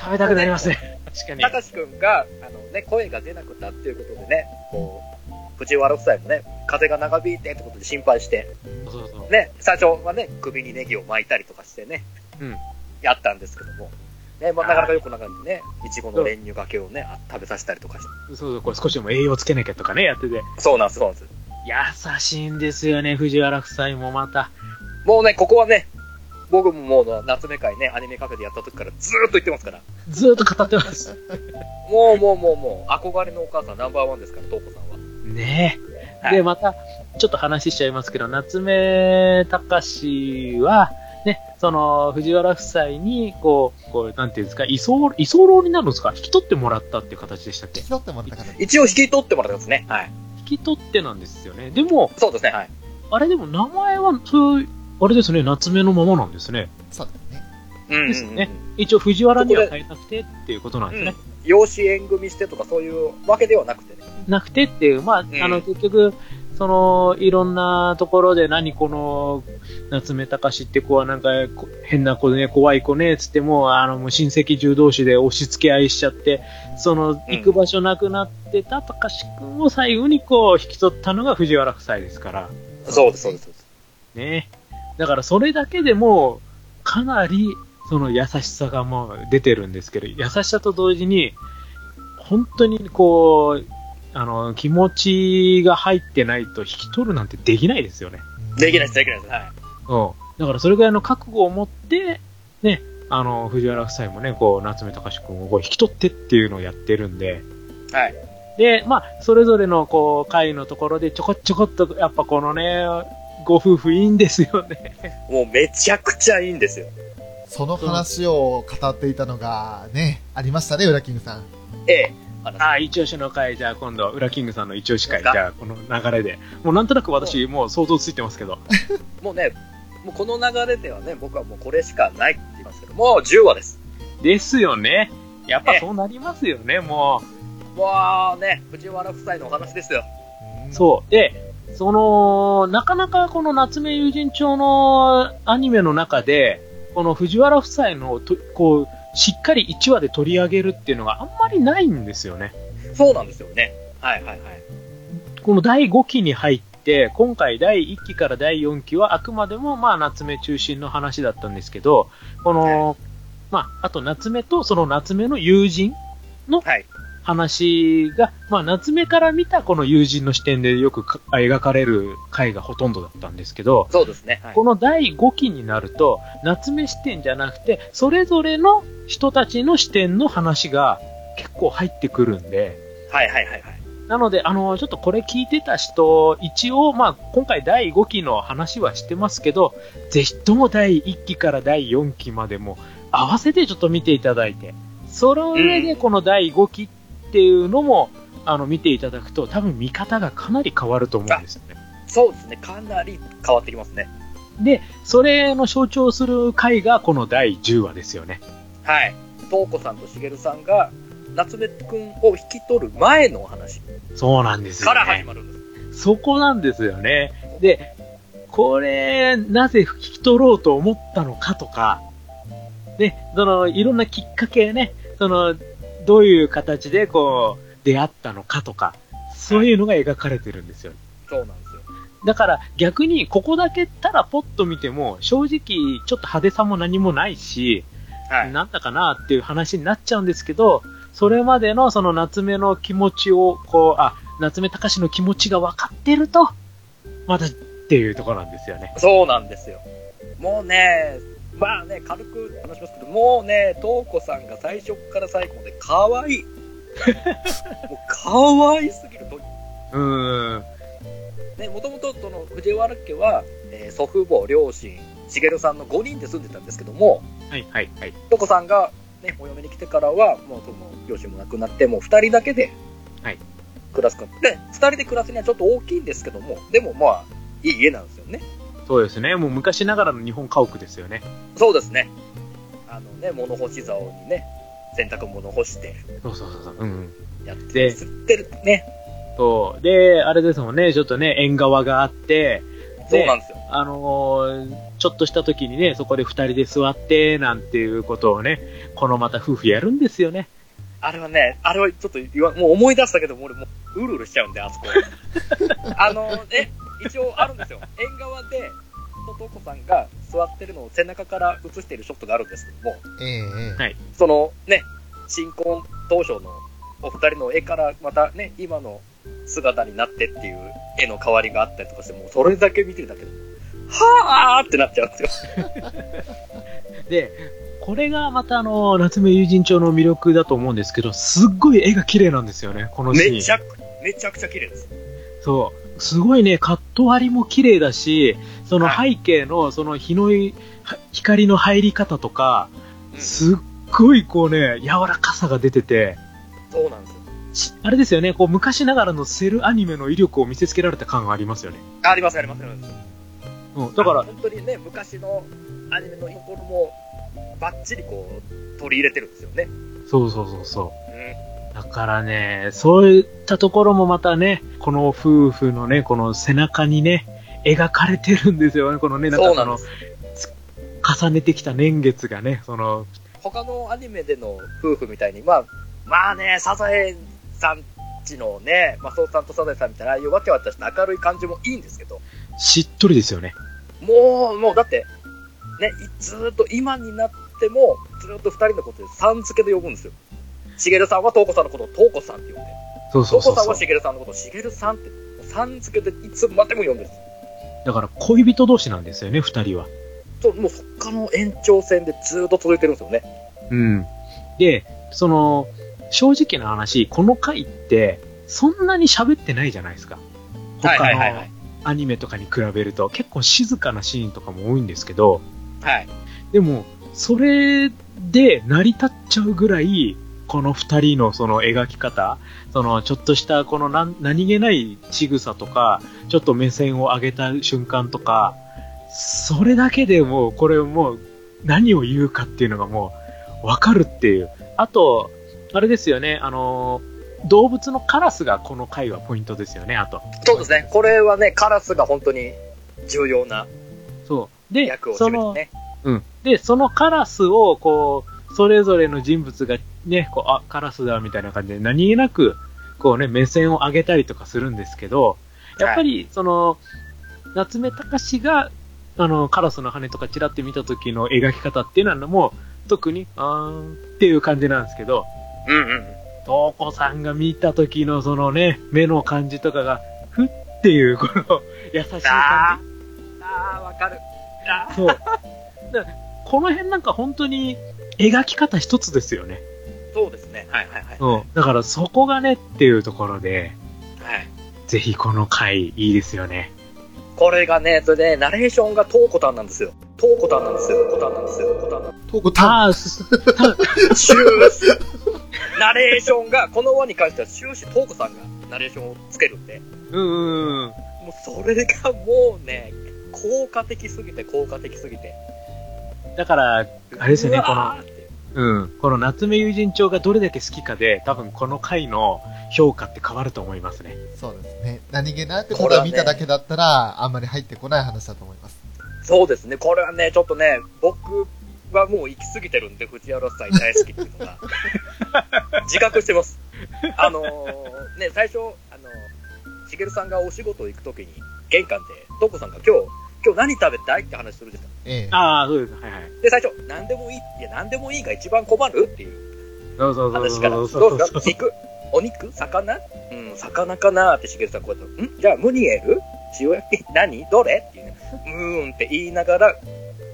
Speaker 4: 食べたくなりますね。確かに。
Speaker 3: たかしくんが、あのね、声が出なくなっていうことでね、こう、藤原夫妻もね、風邪が長引いてってことで心配して、
Speaker 4: そうそう。
Speaker 3: ね、最初はね、首にネギを巻いたりとかしてね、
Speaker 4: うん
Speaker 3: やったんですけども、ね、まあ、なかなか良くなかったね、いちごの練乳かけをね、あ食べさせたりとかして。
Speaker 4: そうそう、これ少しでも栄養つけなきゃとかね、やってて。
Speaker 3: そうなんです、そうなんです。
Speaker 4: 優しいんですよね、藤原夫妻もまた。
Speaker 3: もうね、ここはね、僕ももう夏目会ね、アニメカフェでやった時からずーっと言ってますから。
Speaker 4: ずーっと語ってます。
Speaker 3: もうもうもうもう、憧れのお母さんナンバーワンですから、東子さんは。
Speaker 4: ねえ。
Speaker 3: はい
Speaker 4: で、また、ちょっと話しちゃいますけど、夏目隆は、ね、その、藤原夫妻に、こう、こう、なんていうんですか、居候、居候になるんですか引き取ってもらったっていう形でしたっけ
Speaker 2: 引き取ってもらった方で
Speaker 3: 一応引き取ってもらったんですね。はい。
Speaker 4: 引き取ってなんですよね。でも、
Speaker 3: そうですね、はい。
Speaker 4: あれでも名前は、そういう、あれですね、夏目のままなんですね。
Speaker 2: そうですね。
Speaker 3: うんうんうん
Speaker 4: ですね一応藤原には変えなくてっていうことなん
Speaker 3: う
Speaker 4: です
Speaker 3: ん
Speaker 4: ね。。
Speaker 3: 養子縁組してとかそういうわけではなくてね。
Speaker 4: なくてっていう、まあ、
Speaker 3: ん
Speaker 4: あの、結局、その、いろんなところで何この、夏目隆って子はなんか、こ変な子ね、怖い子ね、つってもう、あの、もう親戚中同士で押し付け合いしちゃって、その、
Speaker 3: うん
Speaker 4: 行く場所なくなってた隆史君を最後にこう、引き取ったのが藤原夫妻ですから、
Speaker 3: そうです、そうです。
Speaker 4: ね。だからそれだけでもう、かなり、その優しさがもう出てるんですけど、優しさと同時に、本当にこう、あの、気持ちが入ってないと引き取るなんてできないですよね。
Speaker 3: できないです、できないです。はい。
Speaker 4: うん。だからそれぐらいの覚悟を持って、ね、あの、藤原夫妻もね、こう、夏目隆君をこう引き取ってっていうのをやってるんで。
Speaker 3: はい。
Speaker 4: で、まあ、それぞれのこう、会のところでちょこちょこっと、やっぱこのね、ご夫婦いいんですよね。
Speaker 3: もうめちゃくちゃいいんですよ。
Speaker 2: その話を語っていたのが、ね、ありましたね、裏キングさん。
Speaker 3: ええ。あ
Speaker 4: ああ、一押しの会、じゃあ今度、裏キングさんの一押し会、
Speaker 3: いい
Speaker 4: じ
Speaker 3: ですか
Speaker 4: ゃあこの流れで。もうなんとなく私、もう想像ついてますけど。
Speaker 3: もうね、もうこの流れではね、僕はもうこれしかないって言いますけど、もう10話です。
Speaker 4: ですよね。やっぱ
Speaker 3: ええ
Speaker 4: そうなりますよね、も
Speaker 3: もうね、藤原夫妻のお話ですよ。
Speaker 4: う。そう。で、その、なかなかこの夏目友人帳のアニメの中で、この藤原夫妻のと、こう、しっかり1話で取り上げるっていうのがあんまりないんですよね。
Speaker 3: そうなんですよね。はいはいはい。
Speaker 4: この第5期に入って、今回第1期から第4期はあくまでもまあ夏目中心の話だったんですけど、この、まあ、あと夏目とその夏目の友人の
Speaker 3: はい
Speaker 4: 話が、まあ夏目から見たこの友人の視点でよくか描かれる回がほとんどだったんですけど、
Speaker 3: そうですね。はい、
Speaker 4: この第5期になると、夏目視点じゃなくて、それぞれの人たちの視点の話が結構入ってくるんで、
Speaker 3: はいはいはいはい。
Speaker 4: なので、あの、ちょっとこれ聞いてた人、一応、まあ、今回第5期の話はしてますけど、ぜひとも第1期から第4期までも合わせてちょっと見ていただいて、その上
Speaker 3: う
Speaker 4: で
Speaker 3: ん
Speaker 4: この第5期っていうのも、あの、見ていただくと、多分見方がかなり変わると思うんですよね。
Speaker 3: そうですね。かなり変わってきますね。
Speaker 4: で、それの象徴する回がこの第10話ですよね。
Speaker 3: はい。東子さんとしげるさんが、夏目くんを引き取る前のお話
Speaker 4: そうなんですよ、ね。
Speaker 3: から始まるんです。
Speaker 4: そこなんですよね。で、これ、なぜ引き取ろうと思ったのかとか、で、その、いろんなきっかけね、その、どういう形でこう、出会ったのかとか、そういうのが描かれてるんですよ。
Speaker 3: そうなんですよ。
Speaker 4: だから逆にここだけたらポッと見ても正直ちょっと派手さも何もないし、
Speaker 3: はい。
Speaker 4: なんだかなっていう話になっちゃうんですけど、それまでのその夏目の気持ちを、こう、あ、夏目隆の気持ちが分かってると、まだっていうところなんですよね。
Speaker 3: そうなんですよ。もうね、まあね、軽く話しますけど、もうね、東子さんが最初から最後まで可愛 い。もう可愛すぎる。と
Speaker 4: うーん。
Speaker 3: ね、もともとその藤原家は、えー祖父母、両親、しげるさんの5人で住んでたんですけども、
Speaker 4: はいはいはい。
Speaker 3: とこさんが、ね、お嫁に来てからは、もうその両親も亡くなって、もう2人だけで
Speaker 4: はい
Speaker 3: 暮らすか、で、2人で暮らすにはちょっと大きいんですけども、でもまあ、いい家なんですよね。
Speaker 4: そうですね。もう昔ながらの日本家屋ですよね。
Speaker 3: そうですね。あのね、物干し竿にね、洗濯物干して
Speaker 4: そうそうそうそう。うんうん。
Speaker 3: やって、
Speaker 4: で
Speaker 3: 吸ってるね。
Speaker 4: そう。で、あれですもんね、ちょっとね、縁側があって、
Speaker 3: そうなんですよ。
Speaker 4: あのーちょっとした時にね、そこで二人で座って、なんていうことをね、このまた夫婦やるんですよね。
Speaker 3: あれはね、あれはちょっと言わ、もう思い出したけど、もう俺もう、うるうるしちゃうんで、あそこ。 あの、ね、一応あるんですよ。縁側で、と子さんが座ってるのを背中から映しているショットがあるんですけども、
Speaker 2: えええ
Speaker 4: はい
Speaker 3: そのね、新婚当初のお二人の絵からまたね、今の姿になってっていう絵の変わりがあったりとかして、もうそれだけ見てるだけで、はぁーってなっちゃうんですよ。
Speaker 4: で、これがまたあの、夏目友人帳の魅力だと思うんですけど、すっごい絵が綺麗なんですよね、このシーン。
Speaker 3: めちゃく、めちゃくちゃ綺麗です。
Speaker 4: そう。すごいね、カット割りも綺麗だし、その
Speaker 3: は
Speaker 4: 背景の、その日のい、は光の入り方とか、
Speaker 3: うん
Speaker 4: すっごいこうね、柔らかさが出てて、
Speaker 3: そうなんですよ。
Speaker 4: しあれですよね、こう昔ながらのセルアニメの威力を見せつけられた感がありますよね。
Speaker 3: ありますありますあります。
Speaker 4: うん、だから、
Speaker 3: 本当にね、昔のアニメのところも、バッチリこう、取り入れてるんですよね。
Speaker 4: そうそうそうそうう。だからね、そういったところもまたね、この夫婦のね、この背中にね、描かれてるんですよね。このね、なん
Speaker 3: そ
Speaker 4: か
Speaker 3: うな
Speaker 4: そ
Speaker 3: んで
Speaker 4: の
Speaker 3: す。
Speaker 4: 重ねてきた年月がね、その、
Speaker 3: 他のアニメでの夫婦みたいに、まあ、まあね、サザエさんちのね、マスオさんとサザエさんみたいな、ああいうわけわけした明るい感じもいいんですけど、
Speaker 4: しっとりですよね。
Speaker 3: もう、もうだって、ね、いずーっと今になっても、ずーっと二人のことでさん付けで呼ぶんですよ。しげるさんはとうこさんのことをとうこさんって呼んで、
Speaker 4: そう
Speaker 3: と
Speaker 4: そううそ
Speaker 3: こ
Speaker 4: う
Speaker 3: さん
Speaker 4: そ
Speaker 3: は
Speaker 4: う。
Speaker 3: しげるさんのことをしげるさんって、さん付けでいつまでも呼んでるんです。
Speaker 4: だから恋人同士なんですよね、二人は。
Speaker 3: そうもうそっからの延長戦でずーっと続いてるんですよね。
Speaker 4: うん。で、その、正直な話、この回って、そんなに喋ってないじゃないですか。他の、アニメとかに比べると結構静かなシーンとかも多いんですけど、
Speaker 3: はい。
Speaker 4: でも、それで成り立っちゃうぐらい、この二人のその描き方、そのちょっとしたこの何何気ない仕草とか、ちょっと目線を上げた瞬間とか、それだけでもうこれもう何を言うかっていうのがもうわかるっていう。あと、あれですよね、あの、動物のカラスがこの回はポイントですよね、あと。
Speaker 3: そうですね。これはね、カラスが本当に重要な
Speaker 4: そう。で
Speaker 3: 役を、
Speaker 4: そ
Speaker 3: 占め
Speaker 4: の
Speaker 3: て、ね。
Speaker 4: うん。で、そのカラスを、こう、それぞれの人物がね、こう、あ、カラスだ、みたいな感じで、何気なく、こうね、目線を上げたりとかするんですけど、やっぱり、その、夏目隆が、あの、カラスの羽とかチラって見た時の描き方っていうのはもう、特に、あーんっていう感じなんですけど、
Speaker 3: うんうんうん。
Speaker 4: トーコさんが見た時のそのね、目の感じとかが、ふっていう、この、優しい感じ
Speaker 3: あ。ーあー、わかる。あ
Speaker 4: そう。だからこの辺なんか本当に描き方一つですよね。
Speaker 3: ーそうですね。はいはいはい。
Speaker 4: うん。だからそこがねっていうところで、
Speaker 3: はい。
Speaker 4: ぜひこの回いいですよね。
Speaker 3: これがね、それで、ナレーションがトーコタンなんですよ。トーコタンなんですよ。コタンなんですよ。コタンなんで
Speaker 2: トーコタン。
Speaker 4: ああ、す
Speaker 3: すよ。終始ナレーションが、この輪に関しては終始トーコさんがナレーションをつけるんで、
Speaker 4: うんうんうん。
Speaker 3: もうそれがもうね、効果的すぎて効果的すぎて。
Speaker 4: だから、あれです
Speaker 3: う
Speaker 4: よね、
Speaker 3: わ
Speaker 4: この
Speaker 3: ー、って
Speaker 4: うん。この夏目友人帳がどれだけ好きかで、多分この回の評価って変わると思いますね。
Speaker 2: そうですね。何気ないってこれを見ただけだったら、あんまり入ってこない話だと思います。
Speaker 3: そうですね、これはね、ちょっとね、僕はもう行き過ぎてるんで、藤原さん大好きっていうのが、自覚してます。あのーね、最初、あのーしげるさんがお仕事行くときに、玄関で、とこさんが今日、今日何食べたいって話するじゃん。
Speaker 2: ええ。
Speaker 4: ああ、そうです。はいはい。
Speaker 3: で、最初、何でもいい、いや、何でもいいが一番困るっていう
Speaker 4: そうそうそう
Speaker 3: 話から、ど
Speaker 4: そううそう
Speaker 3: で
Speaker 4: そう
Speaker 3: すか肉お肉魚うん、魚かなってしげるさんこうやって、んじゃあ、ムニエル塩焼き何どれっていうね、うーんって言いながら、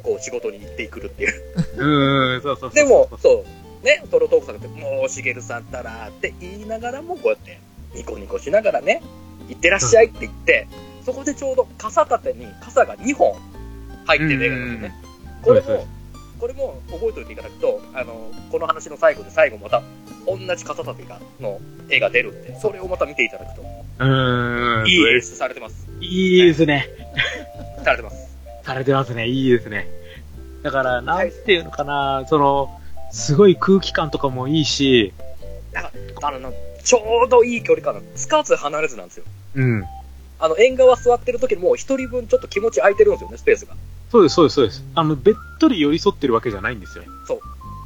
Speaker 3: こう仕事に行ってくるっていう。
Speaker 4: うんうん、そうそうそうそう。
Speaker 3: でも、そう、ね、トロトークさんが、もう、しげるさんったらって言いながらも、こうやって、ニコニコしながらね、行ってらっしゃいって言って、そこでちょうど傘立てに傘が2本入ってる映画なんですよね。
Speaker 4: うん
Speaker 3: こ
Speaker 4: うんう
Speaker 3: れ
Speaker 4: んそうで
Speaker 3: も、これも覚えておいていただくと、あの、この話の最後で最後また、同じ傘立てが、の絵が出るんで、それをまた見ていただくと、
Speaker 4: うんうんうん。
Speaker 3: いい演出されてます。
Speaker 4: いいですね。
Speaker 3: されてます。
Speaker 4: されてますね。いいですね。だから、なんていうのかな、その、すごい空気感とかもいいし、
Speaker 3: あの、ちょうどいい距離感なんです、つかず離れずなんですよ。
Speaker 4: うん。
Speaker 3: あの、縁側座ってる時にもう一人分ちょっと気持ち空いてるんですよね、スペースが。
Speaker 4: そうです、そうです、そうです。あの、べっとり寄り添ってるわけじゃないんですよ。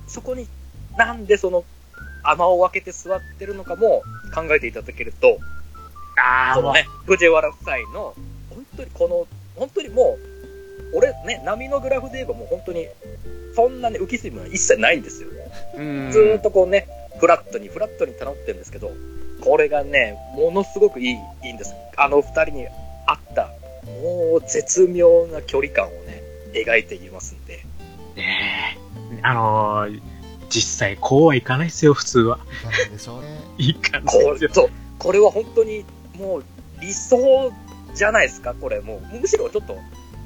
Speaker 3: そこに、なんでその、穴を開けて座ってるのかも考えていただけると、
Speaker 4: あ
Speaker 3: そのね、藤原夫妻の、本当にこの、本当にもう、俺ね、波のグラフで言えばもう本当に、そんなね、浮き沈みは一切ないんですよ。
Speaker 4: うん
Speaker 3: ずーっとこうね、フラットにフラットに頼ってるんですけど、これがね、ものすごくいい、いいんです。あの二人にあった、もう絶妙な距離感をね、描いていますんで、
Speaker 4: ねえあのー実際こうはいかないですよ、普通は。
Speaker 2: いかがでしょうね。
Speaker 4: いかない
Speaker 3: こ
Speaker 4: です
Speaker 3: れ
Speaker 4: よ。
Speaker 3: そうこれは本当にもう理想じゃないですか、これもう。むしろちょっと、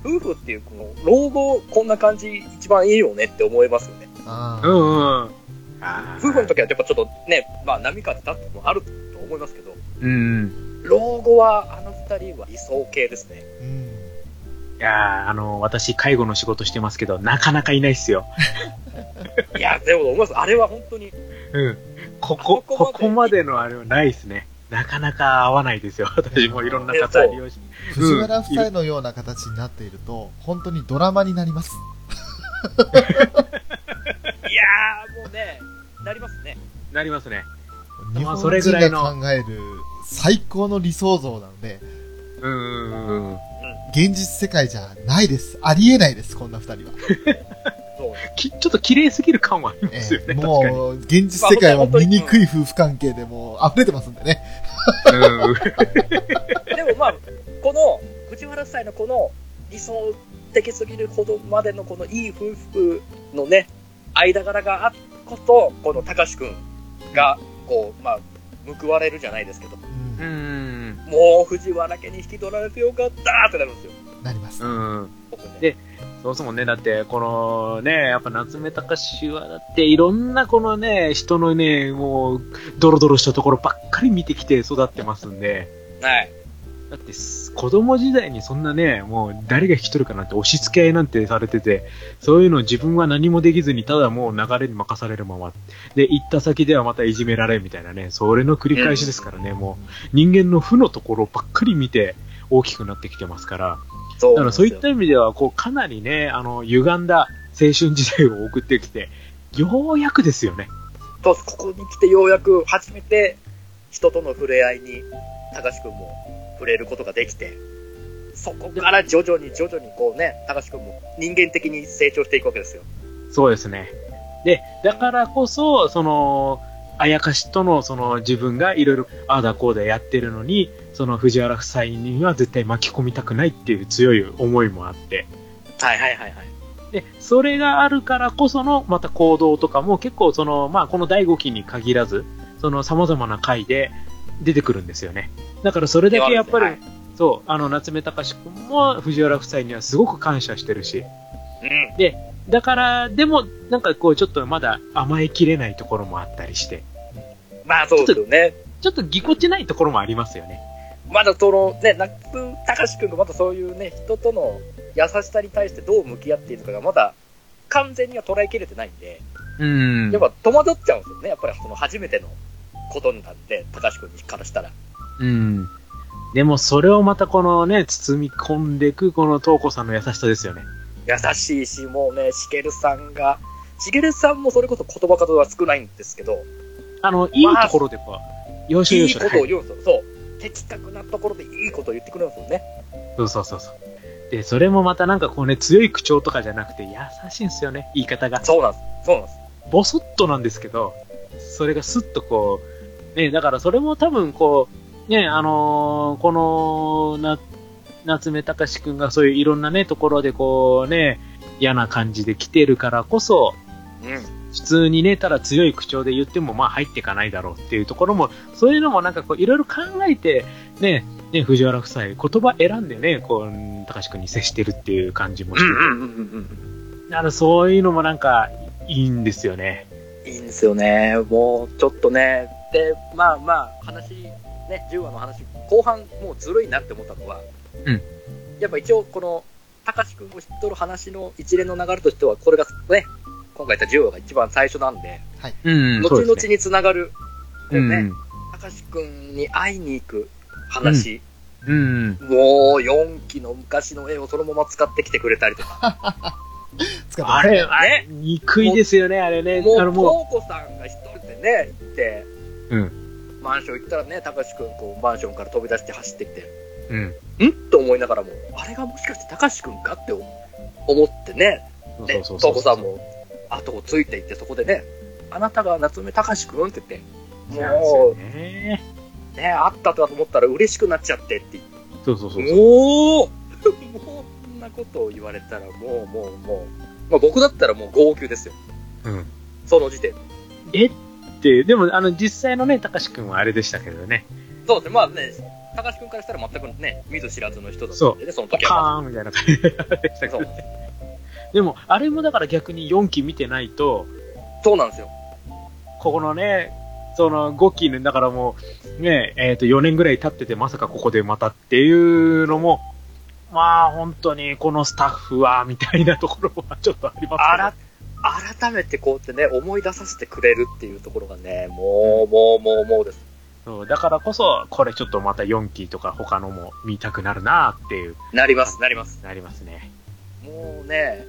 Speaker 3: 夫婦っていうこの老後こんな感じ一番いいよねって思いますよね。
Speaker 2: あ
Speaker 4: う
Speaker 2: あ。
Speaker 4: んうん。あー
Speaker 3: 夫婦の時はやっぱちょっとね、まあ波風立ってもあると思いますけど、
Speaker 4: うん。
Speaker 3: 老後はあの二人は理想系ですね。
Speaker 2: うん。
Speaker 4: いやーあのー私、介護の仕事してますけど、なかなかいないっすよ。
Speaker 3: いや、でも思います。あれは本当に、
Speaker 4: うん。ここ、
Speaker 3: あそこま
Speaker 4: こ
Speaker 3: で
Speaker 4: こまでのあれはないですね。なかなか合わないですよ。私もいろんな方利用し、
Speaker 2: 藤原夫妻のような形になっていると、本当にドラマになります。
Speaker 3: いやー、もうね、なりますね。
Speaker 4: なりますね。
Speaker 2: 日
Speaker 4: まあ
Speaker 2: 本
Speaker 4: それぐらい
Speaker 2: 人
Speaker 4: の
Speaker 2: が考える最高の理想像なので、
Speaker 4: うーん。
Speaker 2: 現実世界じゃないです。ありえないです、こんな二人は。
Speaker 3: そう。
Speaker 4: きちょっと綺麗すぎる感はありますよね。
Speaker 2: ええ
Speaker 4: 確かに。
Speaker 2: もう、現実世界は醜い夫婦関係でもう溢れてますんでね。
Speaker 4: うん
Speaker 3: でもまあ、この、藤原夫妻のこの理想的すぎるほどまでのこのいい夫婦のね、間柄があってこそ、この高志くんが、こう、まあ、報われるじゃないですけど、
Speaker 2: うん
Speaker 4: うーん。
Speaker 3: もう藤原家に引き取られてよかったってなるんですよ、
Speaker 2: なります。
Speaker 4: うん。
Speaker 3: 僕ね。
Speaker 4: でそもそもね、だって、このね、やっぱ夏目隆史は、だって、いろんなこのね、人のね、もう、ドロドロしたところばっかり見てきて育ってますんで、
Speaker 3: はい。
Speaker 4: だって、子供時代にそんなね、もう、誰が引き取るかなんて押し付け合いなんてされてて、そういうの自分は何もできずに、ただもう流れに任されるまま、で、行った先ではまたいじめられみたいなね、それの繰り返しですからね、もう、人間の負のところばっかり見て、大きくなってきてますから、
Speaker 3: そう
Speaker 4: だからそういっ
Speaker 3: った
Speaker 4: 意味では、こう、かなりね、あの、歪んだ青春時代を送ってきて、ようやくですよね。
Speaker 3: と、ここに来てようやく初めて人との触れ合いに、高志くんも触れることができて、そこから徐々に徐々にこうね、高志くんも人間的に成長していくわけですよ。
Speaker 4: そうですね。で、だからこそ、その、あやかしとの、その、自分がいろいろ、ああだこうだやってるのに、その、藤原夫妻には絶対巻き込みたくないっていう強い思いもあって、
Speaker 3: はいはいはいはい。
Speaker 4: で、それがあるからこその、また行動とかも結構、その、まあ、この第5期に限らず、その、様々な回で出てくるんですよね。だから、それだけやっぱり、
Speaker 3: はい
Speaker 4: そう、あの、夏目隆史君も藤原夫妻にはすごく感謝してるし、
Speaker 3: うん。
Speaker 4: だから、でも、なんかこう、ちょっとまだ甘えきれないところもあったりして、
Speaker 3: まあそうですよね。
Speaker 4: ちょっとぎこちないところもありますよね。
Speaker 3: まだそのね、夏高志くんがまたそういうね、人との優しさに対してどう向き合っているかがまだ完全には捉えきれてないんで、
Speaker 4: うん
Speaker 3: やっぱ戸惑っちゃうんですよね。やっぱりその初めてのことになって、高志くんからしたら。
Speaker 4: うん。でも、それをまたこのね、包み込んでいく、この東子さんの優しさですよね。
Speaker 3: 優しいし、もうね、しげるさんが、しげるさんもそれこそ言葉数は少ないんですけど、
Speaker 4: あの、いいところでこう、要所
Speaker 3: い
Speaker 4: 要
Speaker 3: い
Speaker 4: 所
Speaker 3: こ
Speaker 4: で、
Speaker 3: とを
Speaker 4: はい
Speaker 3: 言うんですよ。そう。的確なところでいいことを言ってくれるんですよね。
Speaker 4: そうそうそうそう。で、それもまたなんかこうね、強い口調とかじゃなくて、優しいんですよね、言い方が。
Speaker 3: そうなんです。そうなんです。
Speaker 4: ボソッとなんですけど、それがスッとこう、ね、だからそれも多分こう、ね、あのーこの、な、夏目隆史くんがそういういろんなね、ところでこうね、嫌な感じで来てるからこそ、
Speaker 3: うん。
Speaker 4: 普通にね、ただ強い口調で言っても、まあ入っていかないだろうっていうところも、そういうのもなんかこう、いろいろ考えて、ね、ね、藤原夫妻、言葉選んでね、こううん、高志くんに接してるっていう感じもして、
Speaker 3: んうんうん
Speaker 4: だからそういうのもなんか、いいんですよね。
Speaker 3: うん。いいんですよね。もう、ちょっとね。で、まあまあ、話、ね、10話の話、後半、もうずるいなって思ったのは、
Speaker 4: うん。
Speaker 3: やっぱ一応、この、たかしくんを知っとる話の一連の流れとしては、これがね、今回言った10話が一番最初なんで、
Speaker 4: うん
Speaker 3: 後々につながる、だよね
Speaker 4: うん
Speaker 3: たかしくんに会いに行く話、
Speaker 4: うん。
Speaker 3: もう4期の昔の絵をそのまま使ってきてくれたりとか、
Speaker 2: 使ってま
Speaker 4: あ
Speaker 2: す
Speaker 4: れ、あれ、憎いですよね、あれね。
Speaker 3: も
Speaker 4: あの
Speaker 3: う、
Speaker 4: も
Speaker 3: とうこさんが一人でね、行って、
Speaker 4: う
Speaker 3: マンション行ったらね、たかしくん、こう、マンションから飛び出して走ってきて、
Speaker 4: う、うん。
Speaker 3: んと思いながらも、あれがもしかしてたかしくんかって思ってね、で、とうこさん。も後をついていって、そこでね、あなたが夏目たかしくんって言って、も
Speaker 4: ね。
Speaker 3: う、ね、あったとはと思ったら嬉しくなっちゃってって言って
Speaker 4: そうそうそう。
Speaker 3: もう、もう、そんなことを言われたら、もう、もう、もう、まあ、僕だったらもう号泣ですよ。
Speaker 4: うん。
Speaker 3: その時点で。
Speaker 4: えって、でも、あの、実際のね、たかしくんはあれでしたけどね。
Speaker 3: そうですね、まあね、高橋君からしたら全くね、見ず知らずの人だったんでね、その
Speaker 4: パ
Speaker 3: 時は。
Speaker 4: ーンみたいな感じでしたけ
Speaker 3: そ
Speaker 4: ど
Speaker 3: う。
Speaker 4: でも、あれもだから逆に4期見てないと、
Speaker 3: そうなんですよ。
Speaker 4: ここのね、その5期ね、だからもう、ね、えっ、と、4年ぐらい経ってて、まさかここでまたっていうのも、まあ、本当に、このスタッフは、みたいなところはちょっとありますけど
Speaker 3: あら、改めてこうやってね、思い出させてくれるっていうところがね、もう、もう、もう、もうです。
Speaker 4: そうだからこそ、これちょっとまた4期とか他のも見たくなるなっていう、
Speaker 3: なります、なります。
Speaker 4: なりますね。
Speaker 3: もうね、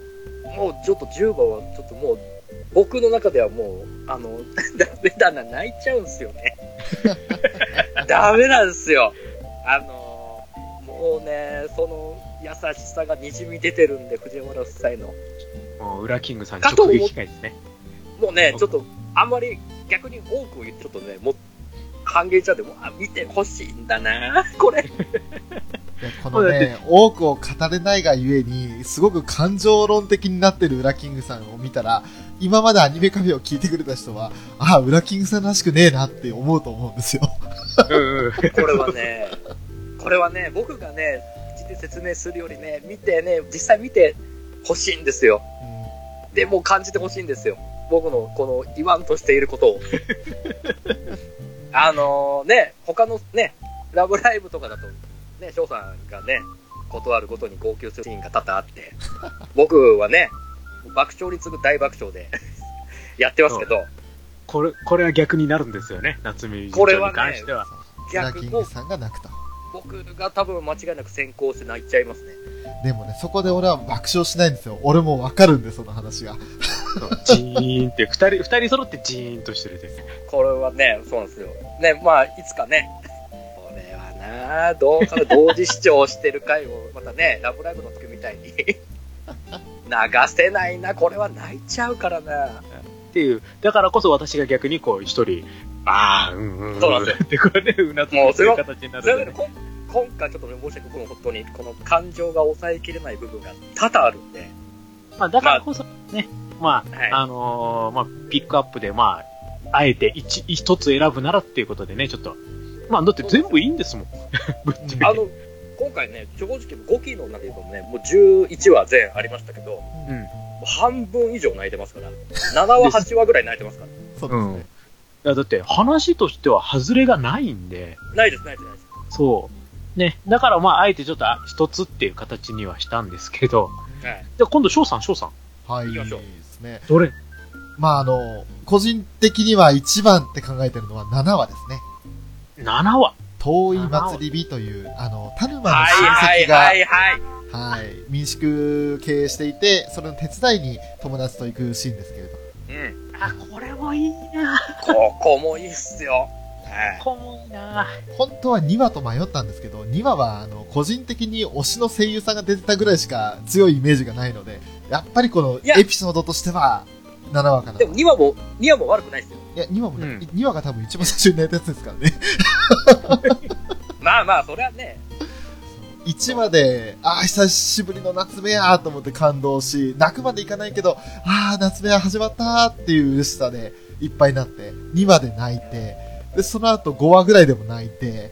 Speaker 3: もうちょっと10番はちょっともう、僕の中ではもう、あの、 ダメだな、泣いちゃうんすよね。 ダメなんですよ。あの、もうね、その優しさがにじみ出てるんで、藤原夫妻の。
Speaker 4: もう、裏キングさん
Speaker 3: かと
Speaker 4: 直
Speaker 3: 思っ
Speaker 4: 撃会ですね。
Speaker 3: もうね、ちょっと、あんまり逆に多く言ってちょっとね、もう、半減ちゃうんで、もう、あ、見てほしいんだなこれ。
Speaker 2: いやこのね、多くを語れないがゆえに、すごく感情論的になってるウラキングさんを見たら、今までアニメカフェを聞いてくれた人は、ああ、ウラキングさんらしくねえなって思うと思うんですよ。
Speaker 4: うんうん。
Speaker 3: これはね、これはね、僕がね、口で説明するよりね、見てね、実際見てほしいんですよ。でもう感じてほしいんですよ。僕のこの言わんとしていることを。あのね、他のね、ラブライブとかだと、ね、翔さんがね、断るごとに号泣するシーンが多々あって、僕はね、爆笑に次ぐ大爆笑でやってますけど、
Speaker 4: これ、これは逆になるんですよね、夏目友人
Speaker 3: これ
Speaker 4: 帳
Speaker 3: は
Speaker 4: に
Speaker 3: ね
Speaker 4: 関しては。
Speaker 2: ウラ
Speaker 3: 逆
Speaker 2: キ
Speaker 3: に
Speaker 2: ン
Speaker 3: もう
Speaker 2: グさんが泣くと。
Speaker 3: 僕が多分間違いなく先行して泣いちゃいますね。
Speaker 2: でもね、そこで俺は爆笑しないんですよ。俺もわかるんで、その話が。
Speaker 4: そうジーンって、二人、二人揃ってジーンとしてるで。
Speaker 3: これはね、そうなんですよ。ね、まあ、いつかね、これはなあ、どうかな、同時視聴してる回を、また ね、ラブライブの時みたいに、流せないな、これは泣いちゃうからな。
Speaker 4: っていう、だからこそ私が逆にこう一人、ああ、うんうん、
Speaker 3: そうなんです
Speaker 4: よ。ってこれで、うなつ
Speaker 3: もう
Speaker 4: と
Speaker 3: それ
Speaker 4: いう
Speaker 3: は
Speaker 4: 形にな
Speaker 3: それ
Speaker 4: る
Speaker 3: だ
Speaker 4: ん
Speaker 3: けど、
Speaker 4: でね。
Speaker 3: こん今回ちょっとね、申し訳僕も本当に、この感情が抑えきれない部分が多々あるんで、
Speaker 4: まあ、だからこそ、ね、まあ、
Speaker 3: はい
Speaker 4: あのーまあ、ピックアップで、まあ、あえて一、一つ選ぶならっていうことでね、ちょっと。まあ、だって全部いいんですもん。 ぶっちゃ
Speaker 3: あ
Speaker 4: け。
Speaker 3: の、今回ね、正直5期の中でもね、もう11話全ありましたけど、
Speaker 4: うん。
Speaker 3: 半分以上泣いてますから、7話、8話ぐらい泣いてますから、
Speaker 2: そうですね。
Speaker 4: いやだって、話としては外れがないんで、
Speaker 3: ないです、ないです、ないです。
Speaker 4: そう。ね。だから、まあ、あえてちょっとあ一つっていう形にはしたんですけど、
Speaker 3: はい
Speaker 4: じゃあ今度、翔さん、翔さん。
Speaker 2: はい、い
Speaker 3: 行
Speaker 2: い
Speaker 3: きましょう
Speaker 2: ですね。
Speaker 4: どれ
Speaker 2: まあ、あの、個人的には一番って考えてるのは7話ですね。
Speaker 4: ?7 話。
Speaker 2: 遠い祭り火という、あの、田沼の親
Speaker 3: はい
Speaker 2: 戚が、
Speaker 3: は
Speaker 2: はい
Speaker 3: いはい
Speaker 2: 民宿経営していて、それの手伝いに友達と行くシーンですけれど。
Speaker 3: はい。うん。
Speaker 4: あ、これもいいな
Speaker 3: ここもいいっすよ。はい。
Speaker 4: ここもいいな
Speaker 2: 本当は2話と迷ったんですけど、2話は、あの、個人的に推しの声優さんが出てたぐらいしか強いイメージがないので、やっぱりこの
Speaker 3: いや
Speaker 2: エピソードとしては、7話かなと。
Speaker 3: でも
Speaker 2: い
Speaker 3: 2話も、2話も悪くないっすよ。
Speaker 2: や、2話も、
Speaker 4: うん
Speaker 2: 2話が多分一番最初に泣いたやつですからね。
Speaker 3: まあまあ、それはね、
Speaker 2: 1話で、ああ、久しぶりの夏目やーと思って感動し、泣くまでいかないけど、ああ、夏目や始まったーっていう嬉しさでいっぱいになって、2話で泣いて、で、その後5話ぐらいでも泣いて、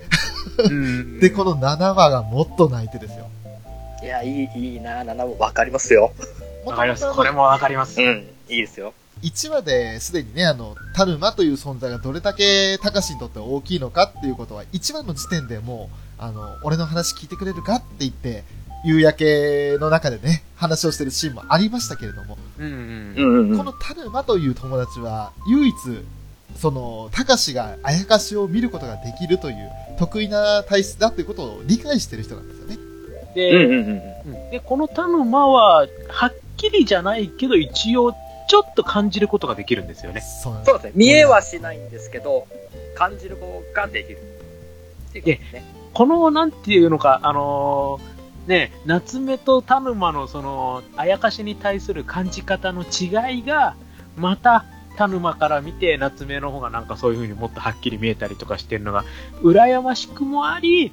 Speaker 2: で、この7話がもっと泣いてですよ。
Speaker 3: いや、いい、いいな、7もわかりますよ。
Speaker 4: わかります。これもわかります。
Speaker 3: ん。いいですよ。
Speaker 2: 1話ですでにね、あの、タルマという存在がどれだけ高志にとって大きいのかっていうことは、1話の時点でもう、あの、俺の話聞いてくれるかって言って、夕焼けの中でね、話をしてるシーンもありましたけれども、
Speaker 4: うんうん
Speaker 3: んう
Speaker 2: このタルマという友達は、唯一、その、タカシがあやかしを見ることができるという、得意な体質だということを理解してる人なんですよね。
Speaker 4: で、
Speaker 3: んうん。
Speaker 4: で、この田沼は、はっきりじゃないけど、一応、ちょっと感じることができるんですよね。
Speaker 2: そうなんで
Speaker 3: そう
Speaker 2: す。
Speaker 3: ですね。見えはしないんですけど、感じることができる。っていうことですね。
Speaker 4: この、なんていうのか、あのーね、夏目と田沼の、その、あやかしに対する感じ方の違いが、また、田沼から見て、夏目の方がなんかそういう風にもっとはっきり見えたりとかしてるのが、羨ましくもあり、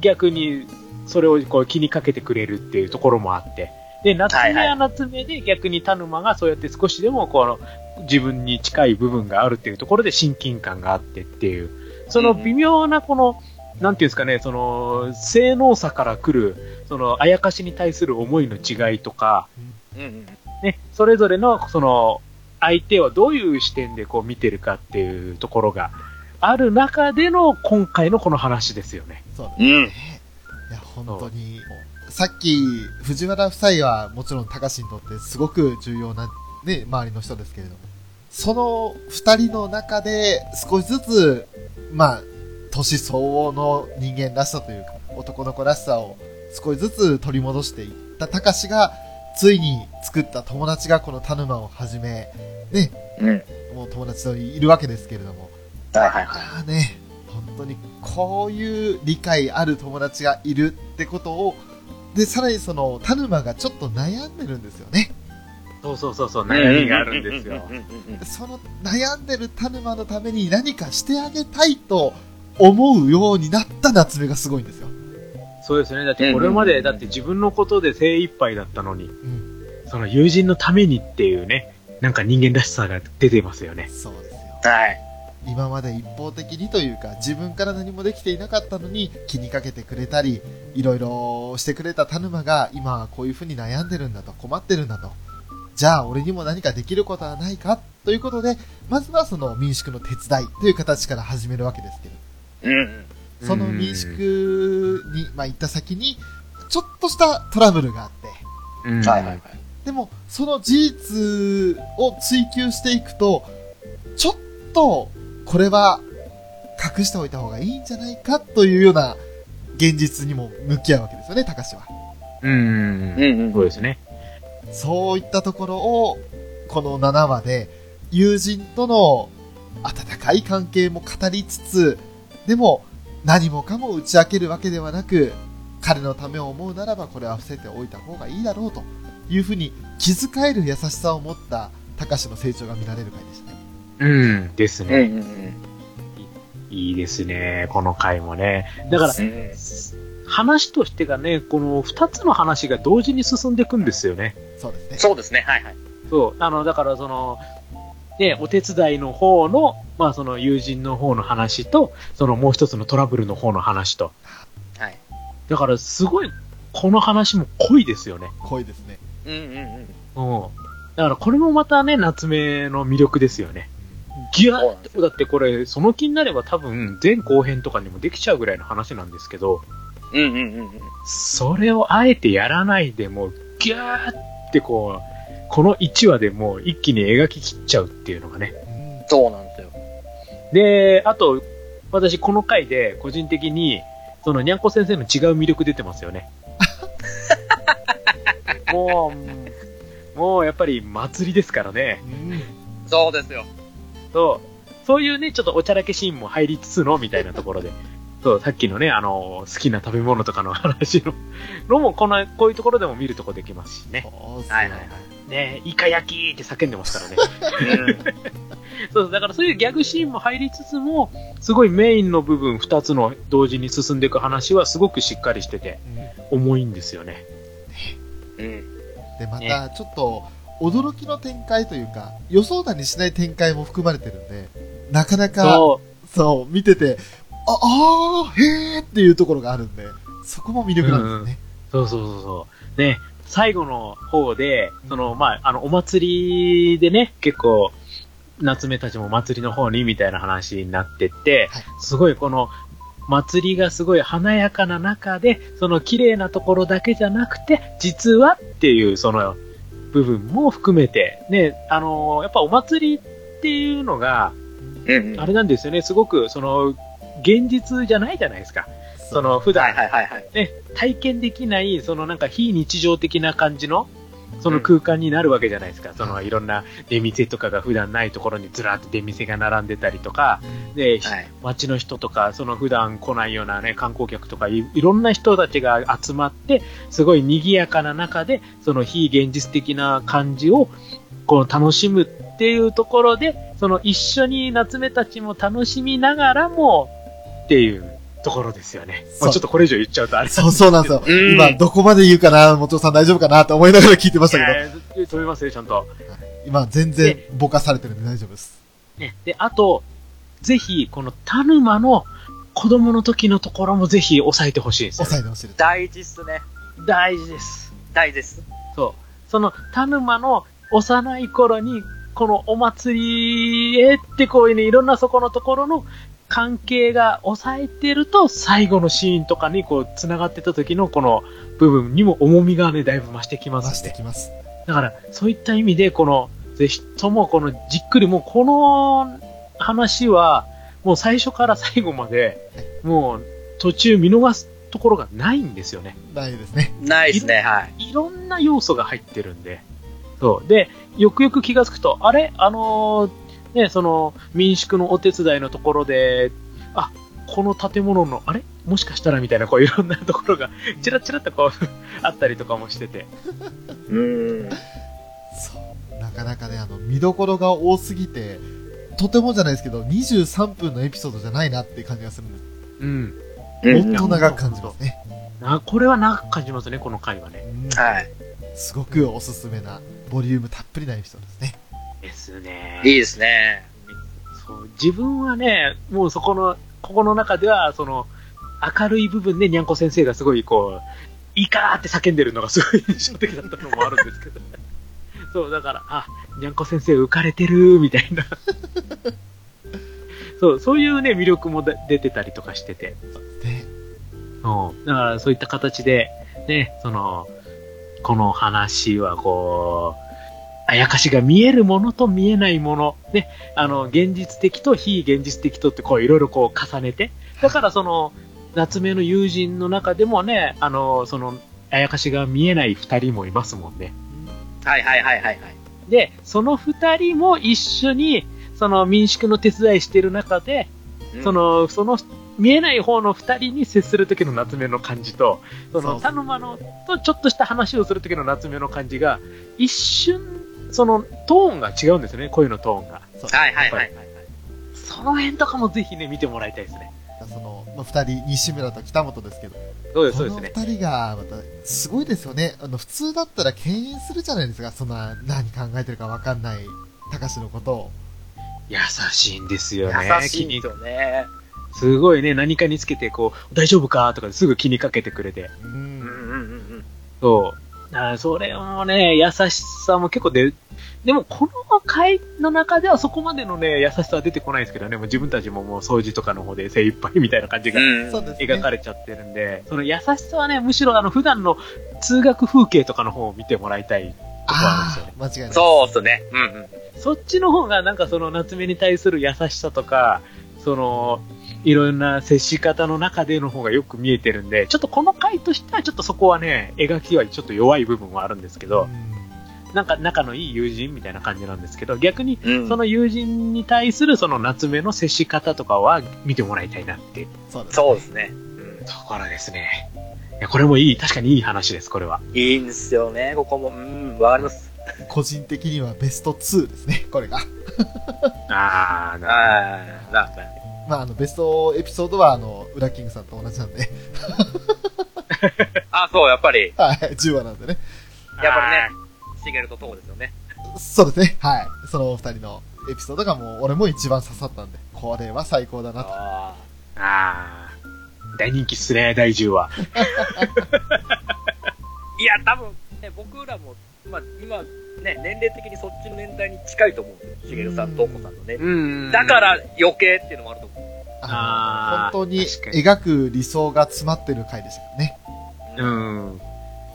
Speaker 4: 逆に、それをこう気にかけてくれるっていうところもあって。で、夏目は夏目で逆に田沼がそうやって少しでもこの自分に近い部分があるっていうところで親近感があってっていう、その微妙なこの、なんていうんですかね、その、性能差から来る、その、あやかしに対する思いの違いとか、
Speaker 3: うんうん。
Speaker 4: ね、それぞれの、その、相手をどういう視点でこう見てるかっていうところがある中での今回のこの話ですよね。
Speaker 2: そうなんです
Speaker 3: うん。
Speaker 2: いや、本当に、さっき、藤原夫妻はもちろん高志にとってすごく重要なね、周りの人ですけれど。その二人の中で少しずつ、まあ、年相応の人間らしさというか、男の子らしさを少しずつ取り戻していった高志が、ついに作った友達がこの田沼をはじめ、ね、
Speaker 3: うん。
Speaker 2: もう友達といるわけですけれども、
Speaker 3: はいはいはい。
Speaker 2: ああね、本当にこういう理解ある友達がいるってことを、で、さらにその、田沼がちょっと悩んでるんですよね。
Speaker 4: そうそうそうそう、悩みがあるんですよ
Speaker 3: う。んうんうんうんうん。
Speaker 2: その悩んでる田沼のために何かしてあげたいと思うようになった夏目がすごいんですよ。
Speaker 4: そうですね。だってこれまで、だって自分のことで精一杯だったのに、
Speaker 2: ん
Speaker 4: その友人のためにっていうね、なんか人間らしさが出てますよね。
Speaker 2: そうですよ。
Speaker 3: はい。
Speaker 2: 今まで一方的にというか、自分から何もできていなかったのに気にかけてくれたり、いろいろしてくれた田沼が今はこういうふうに悩んでるんだと、困ってるんだと。じゃあ俺にも何かできることはないかということで、まずはその民宿の手伝いという形から始めるわけですけど。
Speaker 3: うんうん。
Speaker 2: その民宿に、まあ、行った先に、ちょっとしたトラブルがあって、
Speaker 4: うん
Speaker 3: はいはいはい。
Speaker 2: でも、その事実を追求していくと、ちょっと、これは、隠しておいた方がいいんじゃないかというような、現実にも向き合うわけですよね、高志は。
Speaker 4: うん
Speaker 3: うんうん。
Speaker 4: そうですね。
Speaker 2: そういったところを、この7話で、友人との温かい関係も語りつつ、でも、何もかも打ち明けるわけではなく、彼のためを思うならば、これは伏せておいた方がいいだろうというふうに、気遣える優しさを持った、高志の成長が見られる回でしたね。
Speaker 4: うん。です
Speaker 3: うん
Speaker 4: ね。
Speaker 3: うんうん。
Speaker 4: いいですね。この回もね。だから、
Speaker 3: うん
Speaker 4: 話としてがね、この二つの話が同時に進んでいくんですよね。
Speaker 2: そうですね。
Speaker 3: そうですね。はいはい。
Speaker 4: そう。あの、だからその、ね、お手伝いの方の、まあその友人の方の話と、そのもう一つのトラブルの方の話と。
Speaker 3: はい。
Speaker 4: だからすごい、この話も濃いですよね。
Speaker 2: 濃いですね。
Speaker 3: うんうんうん。
Speaker 4: うん。だからこれもまたね、夏目の魅力ですよね。ギュ
Speaker 3: そう
Speaker 4: ア
Speaker 3: なんです
Speaker 4: だってこれ、その気になれば多分、前後編とかにもできちゃうぐらいの話なんですけど、
Speaker 3: うんうんうんうん。
Speaker 4: それをあえてやらないでもう、ギューってこう、この1話でもう一気に描き切っちゃうっていうのがね。
Speaker 2: うん
Speaker 3: そうなんですよ。
Speaker 4: で、あと、私この回で個人的に、そのにゃんこ先生の違う魅力出てますよね。もう、もうやっぱり祭りですからね。
Speaker 2: うん
Speaker 3: そうですよ。
Speaker 4: そう、そういうね、ちょっとおちゃらけシーンも入りつつの、みたいなところで。 そう、さっきのね、あの、好きな食べ物とかの話の、のも、この、こういうところでも見るとこできますしね。
Speaker 2: そうっすよ
Speaker 3: はいはいはい。
Speaker 4: ねイカ焼きって叫んでますからね。
Speaker 3: うん
Speaker 4: そうそう、だからそういうギャグシーンも入りつつも、すごいメインの部分、二つの同時に進んでいく話はすごくしっかりしてて、
Speaker 2: うん
Speaker 4: 重いんですよね。
Speaker 3: うん。
Speaker 2: で、また、
Speaker 4: ね
Speaker 2: ちょっと、驚きの展開というか、予想だにしない展開も含まれてるんで、なかなか、
Speaker 4: そう、
Speaker 2: そう、見てて、あ、あー、へーっていうところがあるんで、そこも魅力なんですね。
Speaker 4: そうそうそうそう。ね、最後の方で、その、まあ、あの、お祭りでね、結構、夏目たちも祭りの方にみたいな話になってって、
Speaker 2: はい
Speaker 4: すごいこの、祭りがすごい華やかな中で、その綺麗なところだけじゃなくて、実はっていう、その、部分も含めて、ね、あのーやっぱお祭りっていうのが、
Speaker 3: うん。
Speaker 4: あれなんですよね、すごく、その、現実じゃないじゃないですか。その、普
Speaker 3: はい
Speaker 4: 段、
Speaker 3: はいはいはい。
Speaker 4: ね、体験できない、そのなんか非日常的な感じの、その空間になるわけじゃないですか。そのいろんな出店とかが普段ないところにずらっと出店が並んでたりとか、で、
Speaker 3: はい。
Speaker 4: 街の人とか、その普段来ないようなね、観光客とかい、いろんな人たちが集まって、すごい賑やかな中で、その非現実的な感じを、こう楽しむっていうところで、その一緒に夏目たちも楽しみながらも、っていうところですよね。
Speaker 2: そう
Speaker 4: もうちょっとこれ以上言っちゃうとあれ
Speaker 2: そうそうなんですよ。
Speaker 3: うん
Speaker 2: 今、どこまで言うかな、もちろんさん大丈夫かなって思いながら聞いてましたけど、
Speaker 4: いや飛びますよ、ちゃんと。
Speaker 2: 今、全然ぼかされてるんで大丈夫です。
Speaker 4: ね、で、あと、ぜひ、この田沼の子供の時のところもぜひ押さえてほしいですよね、
Speaker 2: 抑えてほしいです。
Speaker 3: 大事っすね。
Speaker 4: 大事です。
Speaker 3: 大事っす。
Speaker 4: そう。その田沼の幼い頃に、このお祭りへってこういうね、いろんなそこのところの関係が抑えてると、最後のシーンとかにこう、繋がってた時のこの部分にも重みがね、だいぶ増してきま
Speaker 2: 出
Speaker 4: す
Speaker 2: し
Speaker 4: んで
Speaker 2: てきます。
Speaker 4: だから、そういった意味で、この、ぜひとも、この、じっくり、もうこの話は、もう最初から最後まで、もう途中見逃すところがないんですよね。
Speaker 2: 大丈夫ですね。
Speaker 3: ないですね、はい。
Speaker 4: いろんな要素が入ってるんで。そう。で、よくよく気がつくと、あれあのーね、その、民宿のお手伝いのところで、あ、この建物の、あれもしかしたらみたいな、こういろんなところが、ちらちらっとこう、 あったりとかもしてて。
Speaker 3: うん。
Speaker 2: そう。なかなかね、あの、見どころが多すぎて、とてもじゃないですけど、23分のエピソードじゃないなって感じがするんです。
Speaker 4: うん。
Speaker 3: うん
Speaker 2: もっと長く感じますね。
Speaker 4: なこれは長く感じますね、この回はね。
Speaker 2: うん
Speaker 3: はい。
Speaker 2: すごくおすすめな、ボリュームたっぷりなエピソードですね。
Speaker 4: ですね。
Speaker 3: いいですね。
Speaker 4: そう自分はね、もうそこの、ここの中では、その、明るい部分でにゃんこ先生がすごいこう、いいかーって叫んでるのがすごい印象的だったのもあるんですけど。そう、だから、あ、にゃんこ先生浮かれてる、みたいな。そう、そういうね、魅力もだ出てたりとかしてて。
Speaker 2: で、
Speaker 4: うん。だから、そういった形で、ね、その、この話は、こう、あやかしが見えるものと見えないもの、ね、あの、現実的と非現実的とって、こう、いろいろこう、重ねて、だから、その、夏目の友人の中でもね、あの、その、あやかしが見えない二人もいますもんね。
Speaker 3: はいはいはいはいはい。
Speaker 4: で、その二人も一緒に、その民宿の手伝いしてる中で、そ、の、その、見えない方の二人に接する時の夏目の感じと、
Speaker 2: そ
Speaker 4: そ
Speaker 2: うそ
Speaker 4: の、
Speaker 2: う
Speaker 4: 田沼のとちょっとした話をする時の夏目の感じが、一瞬、その、トーンが違うんですよね、声のトーンが。
Speaker 2: そう
Speaker 3: はいはいはい。
Speaker 4: その辺とかもぜひね、見てもらいたいですね。
Speaker 2: その、まあ、2人、西村と北本ですけど、
Speaker 4: そうです、
Speaker 2: こ
Speaker 4: そうです
Speaker 2: の
Speaker 4: ね。
Speaker 2: 2人が、また、すごいですよね。あの、普通だったら敬遠するじゃないですか。そんな、何考えてるかわかんない、高志のことを。
Speaker 4: 優しいんですよね。
Speaker 3: 優しいんですよね。
Speaker 4: 気にすごいね、何かにつけて、こう、大丈夫かとかすぐ気にかけてくれて。
Speaker 2: う
Speaker 3: うんうん
Speaker 2: ん。
Speaker 3: うん
Speaker 4: そう。あーそれもね、優しさも結構で、でもこの回の中ではそこまでのね、優しさは出てこないんですけどね、もう自分たちももう掃除とかの方で精一杯みたいな感じ
Speaker 3: う
Speaker 4: が
Speaker 3: ん。
Speaker 2: そうですね。
Speaker 4: 描かれちゃってるんで、その優しさはね、むしろあの普段の通学風景とかの方を見てもらいたいとこなんですよ
Speaker 2: あ
Speaker 4: ね。
Speaker 2: あ、間違いない。
Speaker 3: そうっすね。うんうん。
Speaker 4: そっちの方がなんかその夏目に対する優しさとか、その、いろんな接し方の中での方がよく見えてるんで、ちょっとこの回としてはちょっとそこはね、描きはちょっと弱い部分はあるんですけど、
Speaker 2: うん
Speaker 4: なんか仲のいい友人みたいな感じなんですけど、逆に
Speaker 3: うん
Speaker 4: その友人に対するその夏目の接し方とかは見てもらいたいなって
Speaker 2: そうです。
Speaker 3: そうですね。うん
Speaker 4: ところですね。いやこれもいい、確かにいい話です、これは。
Speaker 3: いいんですよね、ここも。うん、わかります。
Speaker 2: 個人的にはベスト2ですね、これが。
Speaker 4: あー、なる
Speaker 3: はい。な
Speaker 2: まあ、あの、ベストエピソードは、あの、ウラキングさんと同じなんで、
Speaker 3: あ、そう、やっぱり、
Speaker 2: はい、10話なんでね。
Speaker 4: ほ
Speaker 3: や
Speaker 4: ど
Speaker 3: っぱりね、シゲルとトモですよね。
Speaker 2: そうですね、はい。そのお二人のエピソードがもう、俺も一番刺さったんで、これは最高だなと。
Speaker 3: あ
Speaker 4: あーあー大人気っすね、第10話。
Speaker 3: ーいや、多分、ね、僕らも、まあ、今、ね、年齢的にそっちの年代に近いと思うんですよ。シゲルさん、トモさんのね。
Speaker 4: うん
Speaker 3: だから、余計っていうのもあると思
Speaker 2: あ
Speaker 4: あ
Speaker 2: の
Speaker 4: ー
Speaker 2: 本当に
Speaker 4: 確かに
Speaker 2: 描く理想が詰まってる回でしたからね。
Speaker 3: う。。
Speaker 4: うんん。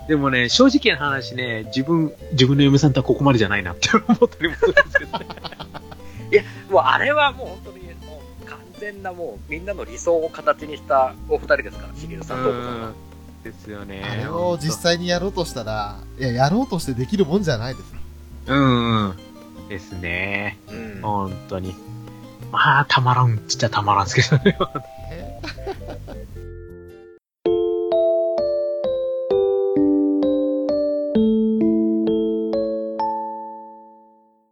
Speaker 4: でもね、正直な話ね、自分、自分の嫁さんとはここまでじゃないなって思ったりもするんですけどね。
Speaker 3: もう、あれはもう本当に、もう、完全なもう、みんなの理想を形にしたお二人ですから、シゲルさん、トモさんは。
Speaker 4: ですよね。
Speaker 2: あれを実際にやろうとしたら、いや、やろうとしてできるもんじゃないですよ。
Speaker 4: うんうん。ですね。
Speaker 3: うん
Speaker 4: 本当に。まあ、たまらんっちゃたまらんすけどね。
Speaker 2: ね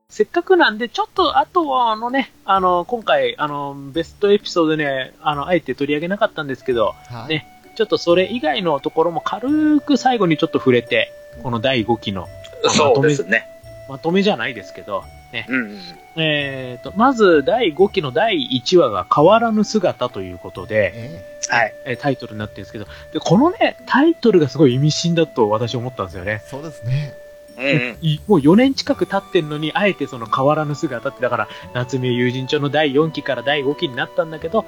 Speaker 4: せっかくなんで、ちょっと、あとは、あのね、あの、今回、あの、ベストエピソードでね、あの、あえて取り上げなかったんですけど、
Speaker 2: はい。
Speaker 4: ねちょっとそれ以外のところも軽く最後にちょっと触れて、この第5期の
Speaker 3: そうですね。
Speaker 4: まとめじゃないですけど、
Speaker 3: うんうん。
Speaker 4: えーと、まず第5期の第1話が変わらぬ姿ということで、
Speaker 2: え
Speaker 3: はい。
Speaker 4: えータイトルになってるんですけど、で、このね、タイトルがすごい意味深だと私思ったんですよね。
Speaker 2: そうですね。
Speaker 3: うんうん。
Speaker 4: いもう4年近く経ってんのに、あえてその変わらぬ姿って、だから、夏目友人帳の第4期から第5期になったんだけど、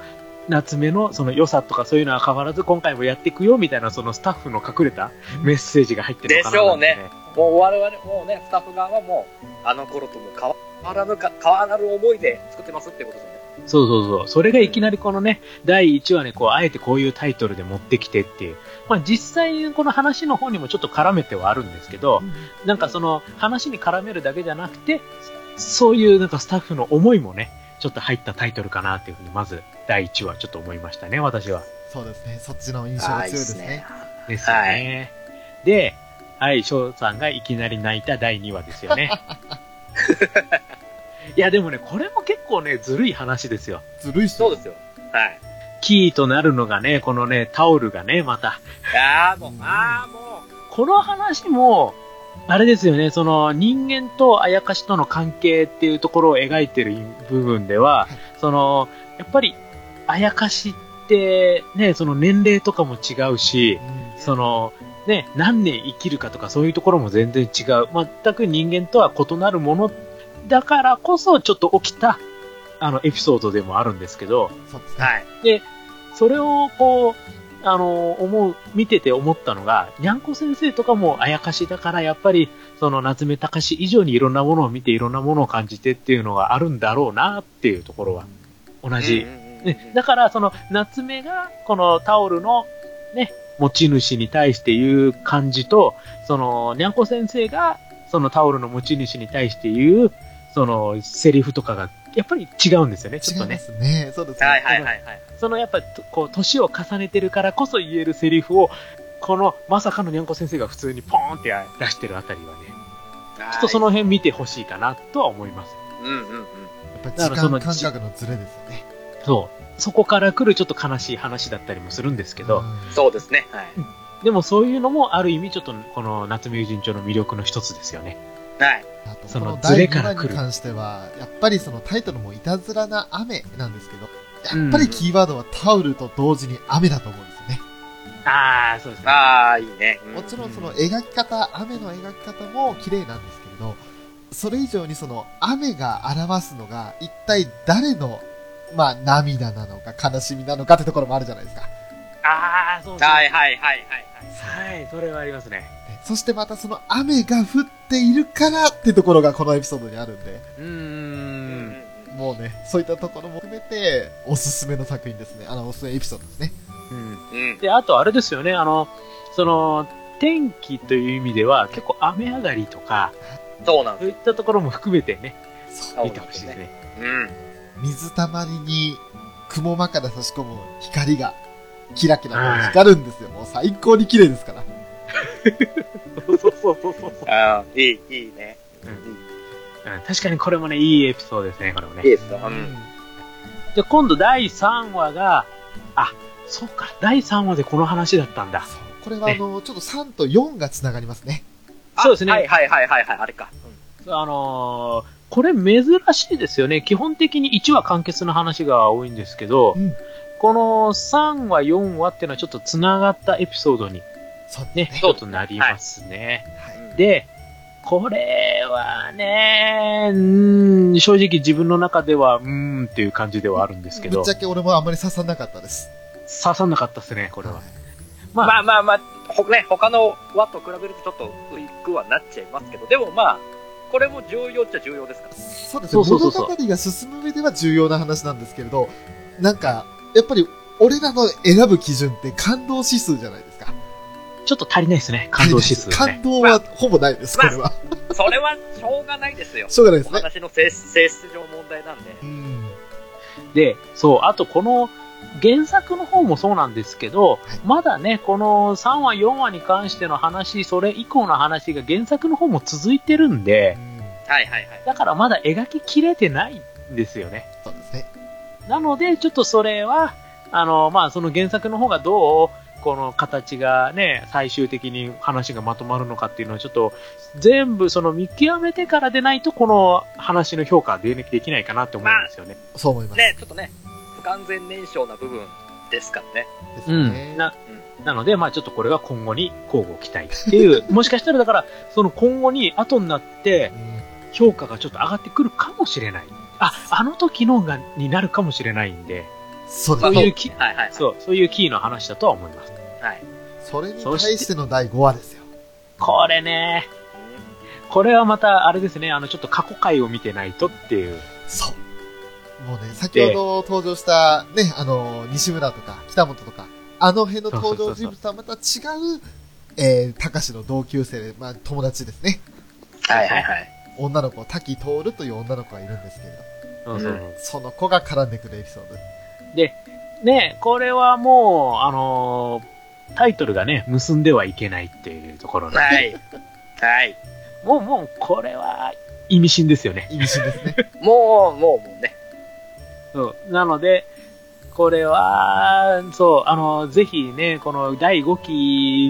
Speaker 4: 夏目のその良さとかそういうのは変わらず今回もやっていくよみたいなそのスタッフの隠れたメッセージが入ってるのかな
Speaker 3: でしょう
Speaker 4: なん
Speaker 3: ね
Speaker 4: て
Speaker 3: もう我々、もうね、スタッフ側はもう、あの頃とも変わらぬか、変わらぬ思いで作ってますってことですよね。
Speaker 4: そうそうそう。それがいきなりこのね、第1話ね、こう、あえてこういうタイトルで持ってきてっていう。まあ実際、この話の方にもちょっと絡めてはあるんですけど、なんかその話に絡めるだけじゃなくて、そういうなんかスタッフの思いもね、ちょっと入ったタイトルかなっていうふうに、まず第1話ちょっと思いましたね、私は。
Speaker 2: そうですね。そっちの印象が強いですね。。
Speaker 4: ですよね。で、はい、翔さんがいきなり泣いた第2話ですよ ね。いや、でもね、これも結構ね、ずるい話ですよ。
Speaker 2: ずるいっす
Speaker 3: そ
Speaker 2: よ
Speaker 3: うですよ。はい。
Speaker 4: キーとなるのがね、このね、タオルがね、また。
Speaker 3: ああ、もう
Speaker 2: う、ん
Speaker 3: ああ、もう、
Speaker 4: この話も、あれですよね、その人間とあやかしとの関係っていうところを描いてる部分では、その、やっぱり、あやかしって、ね、その年齢とかも違うし、
Speaker 2: うん
Speaker 4: その、ね、何年生きるかとかそういうところも全然違う。全く人間とは異なるものだからこそちょっと起きた、あの、エピソードでもあるんですけど、
Speaker 2: そうですね。
Speaker 3: はい。
Speaker 4: それをこう、あの、思う、見てて思ったのが、にゃんこ先生とかもあやかしだから、やっぱり、その夏目隆史以上にいろんなものを見ていろんなものを感じてっていうのがあるんだろうなっていうところは、同じ
Speaker 3: うんうんうんうん
Speaker 4: ね、だから、その、夏目が、このタオルの、ね、持ち主に対して言う感じと、その、にゃんこ先生が、そのタオルの持ち主に対して言う、その、セリフとかが、やっぱり違うんですよね、ちょっ
Speaker 2: 違
Speaker 4: と
Speaker 2: いま
Speaker 4: ね。
Speaker 2: すね。そうですね。
Speaker 3: はいはいはいはい。
Speaker 4: その、やっぱ、とこう、年を重ねてるからこそ言えるセリフを、この、まさかのにゃんこ先生が普通にポーンって出してるあたりは
Speaker 3: ち
Speaker 4: ね、ちょっとそ、の辺見てほしいかなとは思います。
Speaker 3: うんうんうん。
Speaker 2: やっぱり
Speaker 4: だ
Speaker 2: 時
Speaker 4: からその
Speaker 2: 間感覚のズレですよね。
Speaker 4: そう。そこから来るちょっと悲しい話だったりもするんですけど、
Speaker 2: うん
Speaker 3: そうですね。はい。
Speaker 4: でもそういうのもある意味ちょっとこの夏目友人帳の魅力の一つですよね。
Speaker 3: はい。
Speaker 2: あと、
Speaker 4: そ
Speaker 2: こ
Speaker 4: の
Speaker 2: の
Speaker 4: ズ
Speaker 2: 第
Speaker 4: レか
Speaker 2: 2
Speaker 4: ら
Speaker 2: 話
Speaker 4: 来る
Speaker 2: に関しては、やっぱりそのタイトルもいたずらな雨なんですけど、やっぱりキーワードはタオルと同時に雨だと思うんですよね。
Speaker 4: ああ、そうですね。
Speaker 3: ああ、いいね。う
Speaker 2: もちろんその描き方、雨の描き方も綺麗なんですけれど、それ以上にその雨が表すのが一体誰の、まあ涙なのか悲しみなのかってところもあるじゃないですか。
Speaker 4: ああ、そうですね。
Speaker 3: はいはいはいはいはい。
Speaker 4: はい、それはありますね。
Speaker 2: ねそしてまたその雨が降っているからってところがこのエピソードにあるんで、
Speaker 4: うー。
Speaker 3: うん
Speaker 2: もうね、そういったところも含めて、おすすめの作品ですね。あの、おすすめエピソードですね。
Speaker 4: うん。
Speaker 3: うん。
Speaker 4: で、あとあれですよね、あの、その、天気という意味では結構雨上がりとか、
Speaker 3: そうなん
Speaker 4: そ
Speaker 3: で
Speaker 4: ういったところも含めてね、
Speaker 2: そう
Speaker 3: そう
Speaker 4: 見
Speaker 3: なんで
Speaker 4: て
Speaker 3: すね
Speaker 4: ほしいですね。
Speaker 3: す。うん。
Speaker 2: 水たまりに雲間から差し込む光がキラキラと光るんですよ。もう最高に綺麗ですから。
Speaker 4: そうそうそうそうそう。
Speaker 3: ああ、いい、いいね。
Speaker 4: うん、確かにこれもね、いいエピソードですね、これもね
Speaker 3: いい。ですよ。うん。
Speaker 4: で、今度第3話が、あ、そうか、第3話でこの話だったんだ。
Speaker 2: そうこれはあの、ちょっと3と4が繋がりますね。
Speaker 3: あ
Speaker 4: そうですね
Speaker 3: はいはいはいはいはい、あれか。
Speaker 4: あのーこれ珍しいですよね。基本的に1話完結の話が多いんですけど、
Speaker 2: うん
Speaker 4: この3話、4話っていうのはちょっと繋がったエピソードに、
Speaker 2: そうです
Speaker 4: ね、
Speaker 2: ね。
Speaker 4: ちょっとなりますね。
Speaker 2: はい。
Speaker 4: で、これはね、うーん、正直自分の中では、うーんっていう感じではあるんですけ
Speaker 2: ぶ
Speaker 4: ど
Speaker 2: っち、ゃけ俺もあんまり刺さなかったです。
Speaker 4: 刺さなかったですね、これは
Speaker 2: は。い
Speaker 4: まあ
Speaker 3: まあまあまあ、ほね、他の和と比べるとちょっとウィッグはなっちゃいますけど、でもまあ、これも重要っちゃ重要ですから。
Speaker 2: そうです
Speaker 4: そう
Speaker 2: ね。
Speaker 4: そうそ
Speaker 2: 物
Speaker 4: うそう
Speaker 2: 語が進む上では重要な話なんですけれど、なんか、やっぱり俺らの選ぶ基準って感動指数じゃないですか。
Speaker 4: ちょっと足りないですね、感動指数がね。
Speaker 2: 感動はほぼないです、これは。
Speaker 3: それはしょうがないですよ。
Speaker 2: しょうがないで
Speaker 3: お
Speaker 2: すね。
Speaker 3: 話の性質性質上問題なんで。
Speaker 2: うん。
Speaker 4: で、そう、あとこの原作の方もそうなんですけど、まだね、この3話、4話に関しての話、それ以降の話が原作の方も続いてるんで、
Speaker 3: はいはいはい。
Speaker 4: だからまだ描ききれてないんですよね。
Speaker 2: そうですね。
Speaker 4: なので、ちょっとそれは、あの、まあ、その原作の方がどう、この形がね、最終的に話がまとまるのかっていうのはちょっと、全部その見極めてからでないと、この話の評価はでできないかなって思うんですよね。
Speaker 2: そう思います。
Speaker 3: ね、ちょっとね、不完全燃焼な部分ですからね。
Speaker 2: です
Speaker 4: う
Speaker 2: よ
Speaker 4: ん
Speaker 2: ね。
Speaker 4: ななので、まあ、ちょっとこれは今後に交互期待っていう、もしかしたらだから、その今後に後になって
Speaker 2: う、ん
Speaker 4: 評価がちょっと上がってくるかもしれない。あ、あの時のが、になるかもしれないんで、
Speaker 2: そう
Speaker 4: そ
Speaker 2: だ
Speaker 4: ういうキー、
Speaker 3: はいはい。
Speaker 4: そう、そういうキーの話だとは思います。
Speaker 3: はい。
Speaker 2: それに対しての第5話ですよ。
Speaker 4: これね、これはまた、あれですね、あの、ちょっと過去回を見てないとっていう。
Speaker 2: そう。もうね、先ほど登場した、ね、あの、西村とか、北本とか、あの辺の登場人物とはまた違う、えー、高志の同級生で、まあ、友達ですね。
Speaker 3: はいはいはい。
Speaker 2: 女の子、滝徹という女の子がいるんですけれど、
Speaker 4: そうそうそう
Speaker 2: その子が絡んでくるエピソード。
Speaker 4: ね、これはもう、あのータイトルがね、結んではいけないっていうところなんで
Speaker 3: はい。はい。
Speaker 4: もう、もう、これは、意味深ですよね。
Speaker 2: 意味深 ですね。
Speaker 3: もう、もう、もうね。
Speaker 4: そう。なので、これは、そう、あの、ぜひね、この第5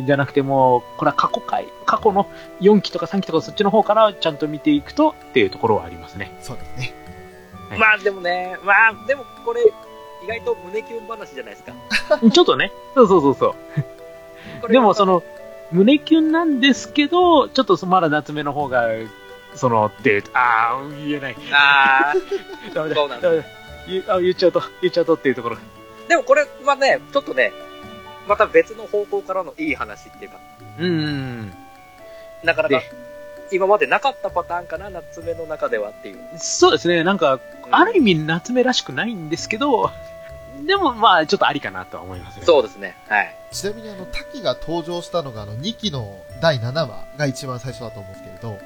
Speaker 4: 期じゃなくても、これは過去回、過去の4期とか3期とかそっちの方からちゃんと見ていくとっていうところはあります ね。
Speaker 2: そうですね。
Speaker 4: はい
Speaker 3: まあでもね、まあでもこれ、意外と胸キュン話じゃないですか。
Speaker 4: ちょっとね、そうそうそうそ
Speaker 3: こ
Speaker 4: う。
Speaker 3: れ
Speaker 4: でもそ、の、胸キュンなんですけど、ちょっとそまだ夏目の方が、その、って、ああ、言えない。
Speaker 3: ああ、
Speaker 4: ダメだ
Speaker 3: そうなんだ
Speaker 4: ダメだ言うあ言っちゃうと、言っちゃうとっていうところ。
Speaker 3: でもこれはね、ちょっとね、また別の方向からのいい話っていうか、
Speaker 4: うん。
Speaker 3: なかなか
Speaker 4: で
Speaker 3: 今までなかったパターンかな、夏目の中ではっていう。
Speaker 4: そうですね、なんか、ある意味夏目らしくないんですけど、でもまあちょっとありかなとは思いますね。
Speaker 3: そうですね。はい。
Speaker 2: ちなみに、あの、滝が登場したのが、あの、2期の第7話が一番最初だと思うんですけれど、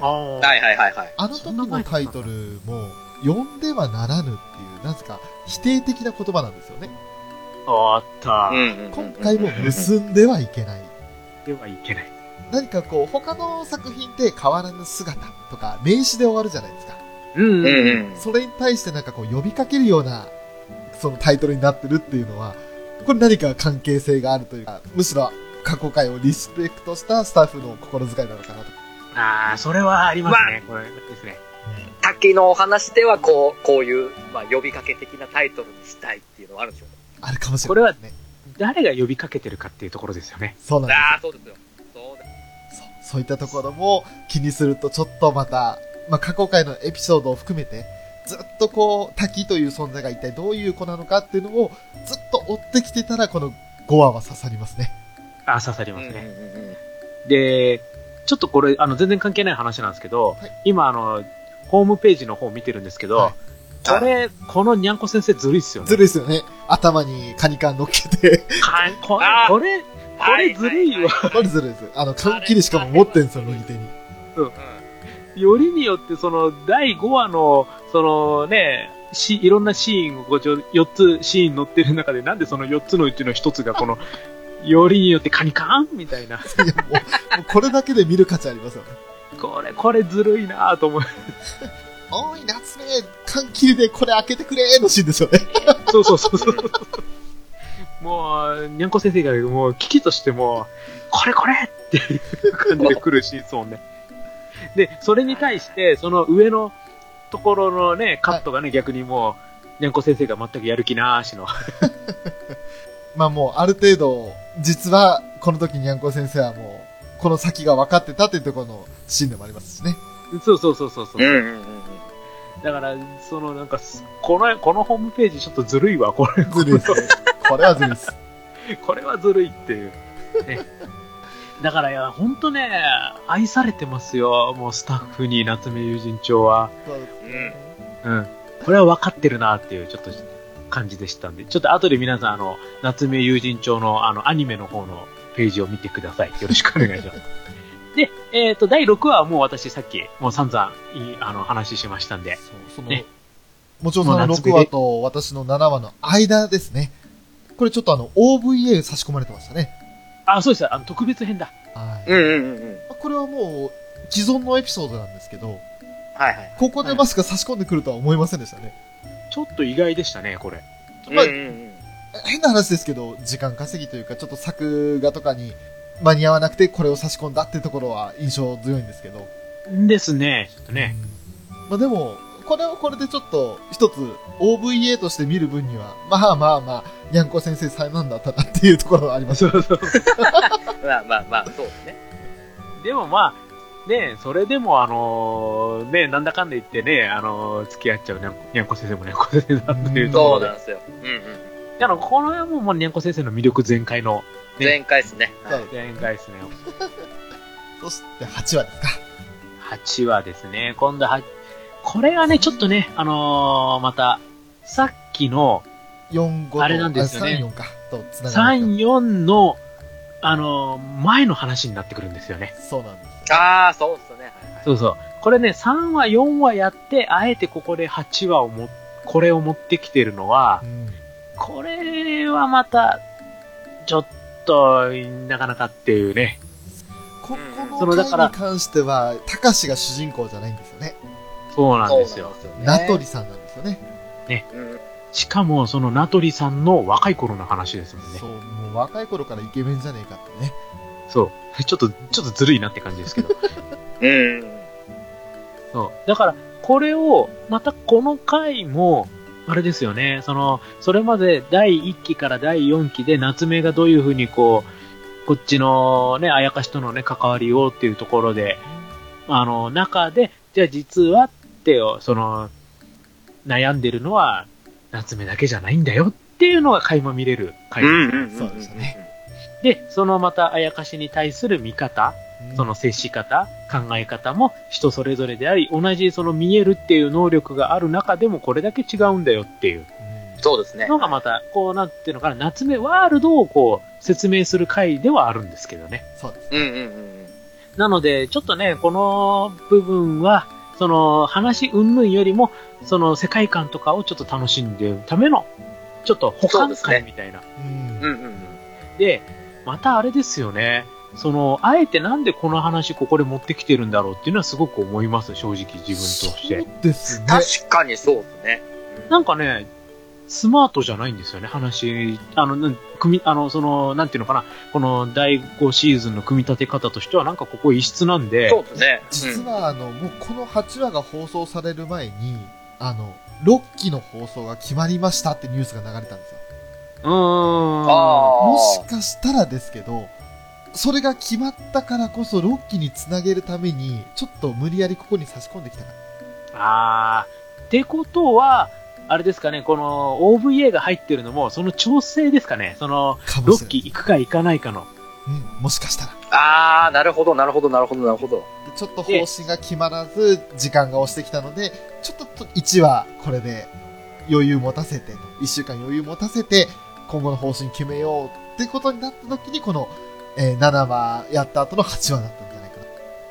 Speaker 4: あ
Speaker 3: はい
Speaker 4: い。
Speaker 3: はいはいはい。
Speaker 2: あの時のタイトルも、呼んではならぬっていう、なぜか否定的な言葉なんですよね。
Speaker 4: おっと、
Speaker 3: うん
Speaker 2: 今回も結んではいけない。
Speaker 4: ではいけない。
Speaker 2: 何かこう、他の作品って変わらぬ姿とか、名詞で終わるじゃないですか。
Speaker 4: うん
Speaker 3: うんうん。
Speaker 2: それに対してなんかこう、呼びかけるような、そのタイトルになってるっていうのは、これ何か関係性があるというか、むしろ過去回をリスペクトしたスタッフの心遣いなのかなと。
Speaker 4: ああ、それはありますね、これですね。
Speaker 3: 滝のお話ではこう、こういう、まあ呼びかけ的なタイトルにしたいっていうのはあるんでしょう
Speaker 2: あるかもしれ
Speaker 4: これ
Speaker 2: な
Speaker 4: はい
Speaker 2: ですね。
Speaker 4: 誰が呼びかけてるかっていうところですよね。
Speaker 2: そうなんですよ
Speaker 3: ああ、そうですよ。そうです。
Speaker 2: そうそういったところも気にするとちょっとまた、まあ、過去回のエピソードを含めて、ずっとこう、滝という存在が一体どういう子なのかっていうのをずっと追ってきてたら、この5話は刺さりますね。
Speaker 4: ああ、刺さり
Speaker 3: うん
Speaker 4: ま
Speaker 3: う
Speaker 4: す
Speaker 3: ん
Speaker 4: ね。
Speaker 3: うんうん
Speaker 4: で、ちょっとこれ、あの、全然関係ない話なんですけど、
Speaker 2: はい
Speaker 4: 今、あの、ホームページの方見てるんですけど、
Speaker 2: はい
Speaker 4: これ、このにゃんこ先生ずるいっすよね。
Speaker 2: ずるいですよね。頭にカニ缶乗っけて。
Speaker 4: かこれ
Speaker 3: あー、
Speaker 4: これ、これずるいわ。
Speaker 2: これずるいです。あの、缶切りしかも持ってんすよ、右手に。
Speaker 4: よりによって、その、第5話の、そのね、し、いろんなシーンをこうちょ、4つシーン載ってる中で、なんでその4つのうちの1つがこの、よりによってカニカンみたいな。
Speaker 2: いや、 もう、もうこれだけで見る価値ありますよね。
Speaker 4: これ、これずるいなぁと思う。
Speaker 2: おい、夏目、缶切りでこれ開けてくれのシーンですよね。
Speaker 4: そうそうそうそう。もう、にゃんこ先生が、もう、危機としても、これこれっていう感じで来るシーンですもんね。で、それに対して、その上のところのね、カットがね、逆にもう、にゃんこ先生が全くやる気なーしの。
Speaker 2: まあもうある程度、実はこの時にゃんこ先生はもう、この先が分かってたっていうところのシーンでもありますしね。
Speaker 4: そうそうそう そうそう。
Speaker 3: うんうんうんうん。
Speaker 4: だから、そのなんかす、この、このホームページちょっとずるいわ、こ れ。
Speaker 2: ずるいですね。これはずるいです。
Speaker 4: これはずるいっていう。ね、だから、いや、ほんとね、愛されてますよ、もうスタッフに、夏目友人帳は。
Speaker 3: うん
Speaker 4: うん。これは分かってるなっていう、ちょっと、感じでしたんで、ちょっと後で皆さん、あの、夏目友人帳の、あの、アニメの方のページを見てください。よろしくお願いします。 で、えっ、と、第6話はもう私さっき、もう散々、いい、あの、話しましたんで、
Speaker 2: そう、その
Speaker 4: ね、
Speaker 2: もちろんその6話と私の7話の間ですね。これちょっとあの、OVA 差し込まれてましたね。
Speaker 4: あ、そうでした、あの、特別編だ。
Speaker 2: はい。
Speaker 3: うんうんうんうん。
Speaker 2: まあこれはもう、既存のエピソードなんですけど、
Speaker 3: はいはい。
Speaker 2: ここでまさか差し込んでくるとは思いませんでしたね。
Speaker 4: ちょっと意外でしたね、これ。
Speaker 2: まあ
Speaker 3: うんうんうん
Speaker 2: 変な話ですけど、時間稼ぎというか、ちょっと作画とかに間に合わなくてこれを差し込んだっていうところは印象強いんですけど。
Speaker 4: ですね、ちょっとね。
Speaker 2: まあでも、これはこれでちょっと、一つ、OVA として見る分には、まあまあまあ、にゃんこ先生災難だったなっていうところはあります。
Speaker 4: そうそう。
Speaker 3: まあまあまあ、そうですね。
Speaker 4: でもまあ、ねそれでも、あのーねなんだかんで言ってね、あのー付き合っちゃうにゃんこにゃんこ先生もにゃんこ先生だっていうと
Speaker 3: そ
Speaker 4: ころ
Speaker 3: う
Speaker 4: で
Speaker 3: なん。ですよ。うんうん。
Speaker 4: あの、この辺ももうにゃんこ先生の魅力全開の、
Speaker 3: 前回ですね。
Speaker 2: はい
Speaker 4: 全開ですね。
Speaker 2: そして8話ですか。
Speaker 4: 8話ですね。今度は、これがね、ちょっとね、あのーまた、さっきの
Speaker 2: 4、5と
Speaker 4: あれなんですよね
Speaker 2: あ3、4か。と繋がる
Speaker 4: 3、4の、あのー前の話になってくるんですよね。
Speaker 2: そうなんですよ。
Speaker 3: ああ、そうっすね。はいはい
Speaker 4: そうそう。これね、3話、4話やって、あえてここで8話をも、これを持ってきてるのは
Speaker 2: う、ん
Speaker 4: これはまた、ちょっと、なかなかっていうね。
Speaker 2: こ
Speaker 4: そ
Speaker 2: この
Speaker 4: のだから
Speaker 2: 回に関しては、たかしが主人公じゃないんですよね。
Speaker 4: そうなん
Speaker 3: そう
Speaker 4: ですよ。
Speaker 3: ね
Speaker 2: 名取さんなんですよね。
Speaker 3: うん
Speaker 4: しかも、その名取さんの若い頃の話ですもんね
Speaker 2: そ。う、もう若い頃からイケメンじゃねえかってね。
Speaker 4: そう。 ちょっと、ちょっとずるいなって感じです けど。
Speaker 3: うん。
Speaker 4: そう。だから、これを、またこの回も、あれですよね、その、それまで第1期から第4期で夏目がどういうふうにこう、こっちのね、あやかしとのね、関わりをっていうところで、あの、中で、じゃあ実はってよ、その、悩んでるのは、夏目だけじゃないんだよっていうのが垣間見れる回。
Speaker 3: うん
Speaker 2: そうでしたね。
Speaker 4: で、そのまたあやかしに対する見方
Speaker 2: うん
Speaker 4: その、接し方、考え方も人それぞれであり、同じその見えるっていう能力がある中でもこれだけ違うんだよっていう
Speaker 2: うん
Speaker 3: そうですね。
Speaker 4: のがまた、こうなんていうのかな、夏目ワールドをこう説明する回ではあるんですけどね。
Speaker 2: そうです。
Speaker 3: うんうんうん。
Speaker 4: なので、ちょっとね、この部分は、その話云々よりも、その世界観とかをちょっと楽しんでるための、ちょっと保管
Speaker 3: そうです
Speaker 4: 会
Speaker 3: ね
Speaker 4: みたいな。
Speaker 2: うん
Speaker 3: うんうん
Speaker 4: で、またあれですよね。その、あえてなんでこの話ここで持ってきてるんだろうっていうのはすごく思います、正直自分として。
Speaker 2: そうですね。
Speaker 3: 確かにそうですね。
Speaker 4: なんかね、スマートじゃないんですよね、話。あの、なん組み、あの、その、なんていうのかな、この第5シーズンの組み立て方としてはなんかここ異質なんで、
Speaker 3: そうですね。
Speaker 2: 実は、あの、もうこの8話が放送される前に、あの、6期の放送が決まりましたってニュースが流れたんですよ。
Speaker 4: うーん。
Speaker 3: あ
Speaker 2: もしかしたらですけど、それが決まったからこそ6期につなげるために、ちょっと無理やりここに差し込んできたか
Speaker 4: あー。ってことは、あれですかね、この OVA が入ってるのも、その調整ですかね、その、
Speaker 2: かもしれ
Speaker 4: 6
Speaker 2: な
Speaker 4: 期
Speaker 2: い。
Speaker 4: 行くか行かないかの。
Speaker 2: うん、もしかしたら。
Speaker 3: ああ、なるほど、なるほど、なるほど、なるほど。
Speaker 2: でちょっと方針が決まらず、時間が押してきたので、ちょっと1話これで余裕持たせて、1週間余裕持たせて、今後の方針決めようってことになった時に、この、えー7話やった後の8話だったんじゃないかな。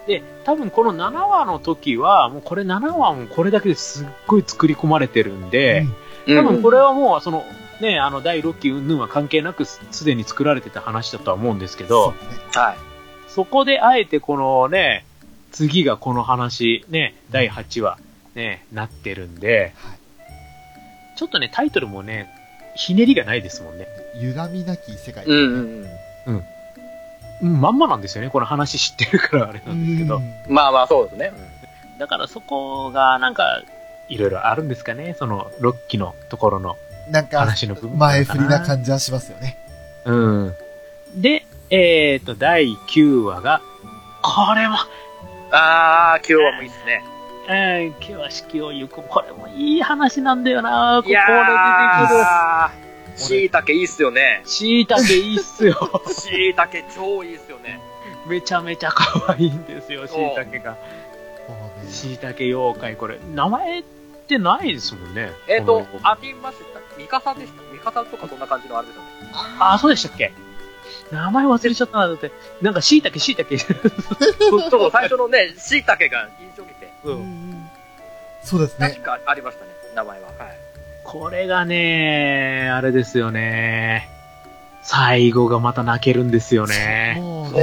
Speaker 4: で、多分この7話の時は、もうこれ7話もこれだけですっごい作り込まれてるんで、多分これはもうその、ね、あの、第6期云々は関係なくすすでに作られてた話だとは思うんですけ
Speaker 2: う
Speaker 4: ど、
Speaker 2: ね。
Speaker 3: は
Speaker 4: そこであえてこのね、次がこの話、ね、第8話、ね、なってるんで、
Speaker 2: はい
Speaker 4: ちょっとね、タイトルもね、ひねりがないですもんね。
Speaker 2: 歪みなき世界。
Speaker 3: い。うんうん
Speaker 4: うんまんまなんですよね、この話知ってるからあれなんですけど。
Speaker 2: うん
Speaker 3: うん。まあまあ、そうですね。
Speaker 4: だからそこがなんか、いろいろあるんですかね、その6期のところの
Speaker 2: なんか、
Speaker 4: 話の部分。
Speaker 2: 前振りな感じはしますよね。
Speaker 4: うん。で、えっ、と、第9話が、これも、
Speaker 3: ああ、今日はもういいですね。
Speaker 4: えー、9話式を行く、これもいい話なんだよなこ
Speaker 3: いや
Speaker 4: こで出てくる。
Speaker 3: ー、しいたけいいっすよね。
Speaker 4: しいたけいいっすよ。
Speaker 3: しいたけ超いいっすよね。
Speaker 4: めちゃめちゃ可愛いんですよ、しいたけが。
Speaker 2: もうね
Speaker 4: しいたけ妖怪、これ、名前ってないですもんね。
Speaker 3: えっ、
Speaker 4: こ
Speaker 3: と
Speaker 4: の、
Speaker 3: あきました。ミカサでした。ミカサとかそんな感じのあれですよね。
Speaker 4: あ、そうでしたっけ名前忘れちゃったな、だって。なんか、しいたけ、しいたけ。
Speaker 3: そうそう、最初のね、しいたけが印象にて、
Speaker 4: う
Speaker 2: うんんそうですね
Speaker 3: 確。かありましたね、名前は。はい。
Speaker 4: これがね、あれですよね。最後がまた泣けるんですよね。
Speaker 2: もうね、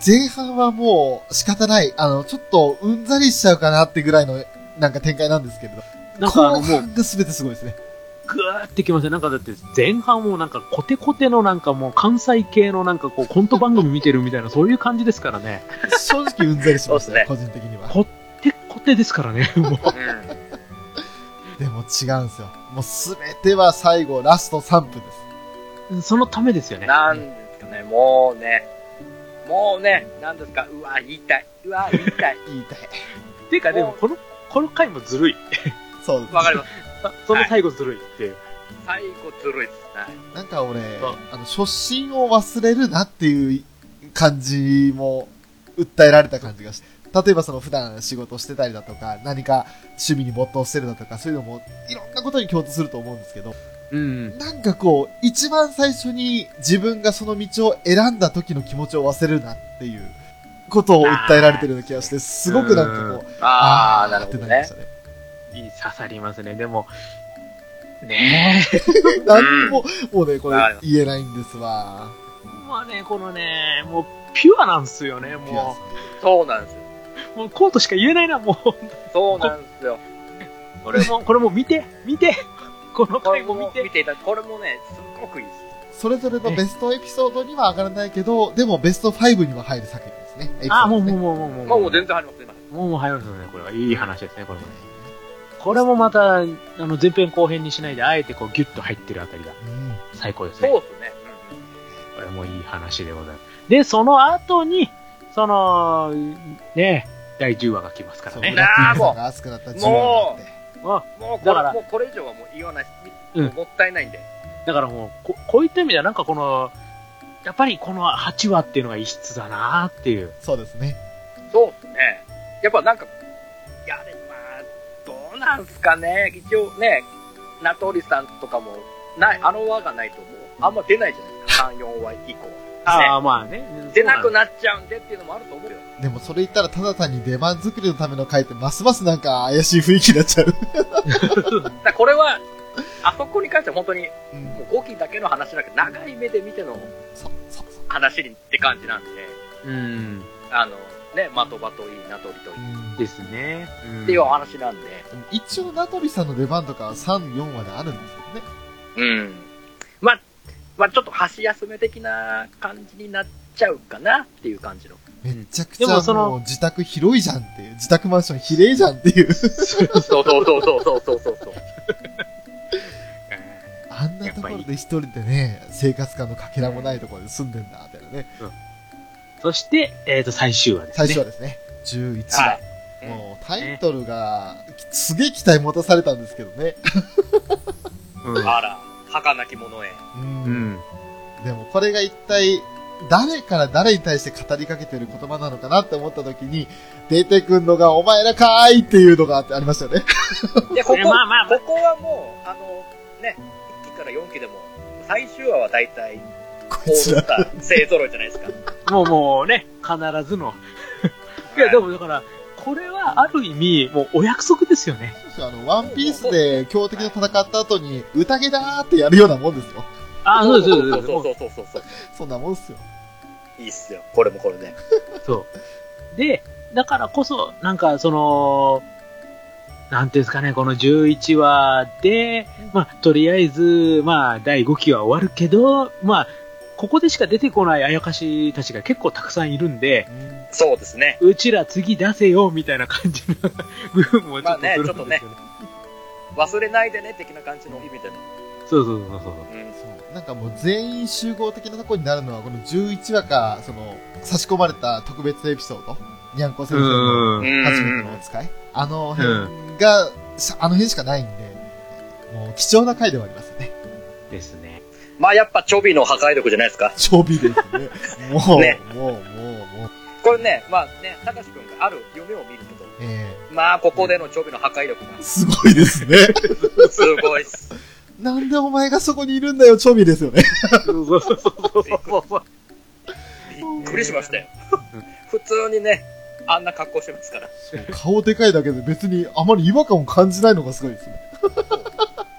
Speaker 3: そ
Speaker 2: 前半はもう仕方ない。あの、ちょっとうんざりしちゃうかなってぐらいの、なんか展開なんですけれど。
Speaker 4: なんかあの
Speaker 2: 後
Speaker 4: もう、
Speaker 2: 半が全てすごいですね。
Speaker 4: ぐーってきますね。なんかだって前半もなんかコテコテのなんかもう関西系のなんかこうコント番組見てるみたいなそういう感じですからね。
Speaker 2: 正直うんざりしましたね、
Speaker 3: そ
Speaker 2: 個人的には。
Speaker 4: こテコテですからね。 もう
Speaker 3: う。うん。
Speaker 2: でも違うんですよ。もうすべては最後、ラスト3分です。
Speaker 4: そのためですよね。
Speaker 3: なんですかね、もうね、もうね、なんですか、うわ、言いたい。うわ、言いたい。
Speaker 2: 言いたい。
Speaker 4: ていうか、でも、
Speaker 3: もう
Speaker 4: この、この回もずるい。
Speaker 2: そうです。
Speaker 3: わかります。
Speaker 4: あその最後ずるいっていう。
Speaker 3: 最後ずるいです。はい。
Speaker 2: なんか俺
Speaker 4: そう、
Speaker 2: あの、初心を忘れるなっていう感じも訴えられた感じがして、例えばその普段仕事してたりだとか、何か趣味に没頭してるだとか、そういうのもいろんなことに共通すると思うんですけど、
Speaker 4: うん。
Speaker 2: なんかこう、一番最初に自分がその道を選んだ時の気持ちを忘れるなっていうことを訴えられてるような気がして、すごくなんかこう、
Speaker 3: あー、な
Speaker 2: ー
Speaker 3: る
Speaker 2: っ
Speaker 3: ほ
Speaker 2: て
Speaker 3: ど
Speaker 2: なりま
Speaker 3: ね
Speaker 2: し。たね。
Speaker 4: いい、刺さりますね。でも、ねえ。
Speaker 2: なんも、もうね、これ
Speaker 3: わかりま
Speaker 2: 言えないんですわ。
Speaker 4: まあね、このね、もう、ピュアなんですよね、
Speaker 2: ピュア
Speaker 4: も
Speaker 3: そうなんですよ。
Speaker 4: う。もう、コートしか言えないな、もう。
Speaker 3: そうなんですよ。
Speaker 4: これ も、これも見て、見て。 この
Speaker 3: こ
Speaker 4: 回
Speaker 3: れ
Speaker 4: も
Speaker 3: も
Speaker 4: 見
Speaker 3: 見
Speaker 4: て。
Speaker 3: ていただこれもね、すごくいいです。
Speaker 2: それぞれのベストエピソードには上がらないけど、でもベスト5には入る作品ですね。エピソードね
Speaker 4: あ、もう、もう、もう、もう、もう。
Speaker 3: まあもう全然ありますね。
Speaker 4: もう、もう入るんですよね、これは。いい話ですね、これもね。これもまた、あの、前編後編にしないで、あえてこう、ギュッと入ってるあたりが
Speaker 2: うん
Speaker 4: 最高ですね。
Speaker 3: そうですね。うんうん
Speaker 4: これもいい話でございます。で、その後に、その、ね、第10話が来ますから
Speaker 2: そう、
Speaker 4: ね。
Speaker 2: ラッキーさんが熱くなった自分があって。
Speaker 4: あ
Speaker 3: もうこ
Speaker 4: だ
Speaker 3: れ
Speaker 4: から
Speaker 3: もうこれ以上はもう言わないです。
Speaker 4: うん
Speaker 3: もったいないんで。
Speaker 4: だからもうこ、こういった意味ではなんかこの、やっぱりこの8話っていうのが異質だなっていう。
Speaker 2: そうですね。
Speaker 3: そうですね。やっぱなんか、いや、でもまあ、どうなんすかね。一応ね、名取さんとかも、ない、あの輪がないともう、あんま出ないじゃないですか。3、4話以降。
Speaker 4: あ
Speaker 3: あ
Speaker 4: あ、まあね。
Speaker 3: 出なく
Speaker 4: っ
Speaker 3: なっちゃうんでっていうのもあると思うよ。
Speaker 2: でもそれ言ったらただ単に出番作りのための回ってますますなんか怪しい雰囲気になっちゃう。
Speaker 3: だからこれは、あそこに関しては本当に、
Speaker 2: うん
Speaker 3: もう5期だけの話だけど、長い目で見ての
Speaker 2: そうそうそう。
Speaker 3: 話にって感じなんで、
Speaker 4: うん。
Speaker 3: あの、ね、的場といい、名取といい。
Speaker 2: うん
Speaker 4: ですね。
Speaker 3: っていうお話なんで。
Speaker 2: 一応名取さんの出番とかは3、4話であるんですよね。
Speaker 3: うん。まあ、まあ、ちょっと箸休め的な感じになっちゃうかなっていう感じの。
Speaker 2: めちゃくち
Speaker 4: でも
Speaker 2: ゃ
Speaker 4: その
Speaker 2: もう自宅広いじゃんっていう、自宅マンション比例じゃんって いう。
Speaker 3: そうそうそうそうそうそう そう。
Speaker 2: あんなところで一人でね、生活感のかけらもないところで住んでんだ、みたいなね。
Speaker 4: そして、えっ、と、最終話です
Speaker 2: 最
Speaker 4: ね。
Speaker 2: 初はですね、11話。
Speaker 3: はい。
Speaker 2: もうタイトルが、すげえ期待持たされたんですけどね。
Speaker 4: うん。
Speaker 3: あら、儚き者へ。
Speaker 2: うん
Speaker 4: うん。
Speaker 2: でもこれが一体、誰から誰に対して語りかけてる言葉なのかなって思った時に、出てくんのがお前らかーいっていうのがあってありましたよね。
Speaker 3: で、ここ、
Speaker 4: まあまあまあ
Speaker 3: ここはもう、あの、ね、1期から4期でも、最終話は大体、
Speaker 2: こ
Speaker 3: こ
Speaker 2: いうつ
Speaker 3: し
Speaker 2: ら。
Speaker 3: た勢揃いじゃないですか。
Speaker 4: もうもうね、必ずの。 いや、でもだから、これはある意味、もうお約束ですよね。
Speaker 2: あの、ワンピースで強敵と戦った後に、宴だーってやるようなもんですよ。
Speaker 4: ああ、そうです、そうです。
Speaker 3: そ
Speaker 4: も
Speaker 3: う
Speaker 4: う
Speaker 3: そうそうそうそう
Speaker 2: そんなもんですよ。
Speaker 3: いいっすよ。これもこれで。
Speaker 4: そう。で、だからこそ、なんかその、なんていうんですかね、この11話で、まあ、とりあえず、まあ、第5期は終わるけど、まあ、ここでしか出てこないあやかしたちが結構たくさんいるんで、
Speaker 3: そうですね。
Speaker 4: うちら次出せよ、みたいな感じの部分もちょっとするんですよ
Speaker 3: まあ
Speaker 4: ね。
Speaker 3: ねちょ忘れないでね、的な感じの意味での。
Speaker 4: そうそうそうそ
Speaker 3: う
Speaker 4: う。
Speaker 3: ん。
Speaker 2: そう。なんかもう全員集合的なとこになるのは、この11話か、その、差し込まれた特別エピソード。にゃんこ先生の
Speaker 4: うん。
Speaker 2: 初めてのお使い、あの辺が、しあの辺しかないんで、もう貴重な回ではありますね。
Speaker 4: ですね。
Speaker 3: まあやっぱチョビの破壊力じゃないですか。
Speaker 2: 超美ですね。 もう、
Speaker 3: ね
Speaker 2: もう、もう、もう、
Speaker 3: これね、まあね、たかしくんがある夢を見るけど、
Speaker 2: え
Speaker 3: まあここでのチョビの破壊力
Speaker 2: ー、すごいですね。
Speaker 3: が、すごいっす。
Speaker 2: なんでお前がそこにいるんだよ、超美ですよね。
Speaker 4: そうそうそうそうそうそう。
Speaker 3: びっくりしましたよ。普通にね、あんな格好してますから。
Speaker 2: 顔でかいだけで別にあまり違和感を感じないのがすごいですね。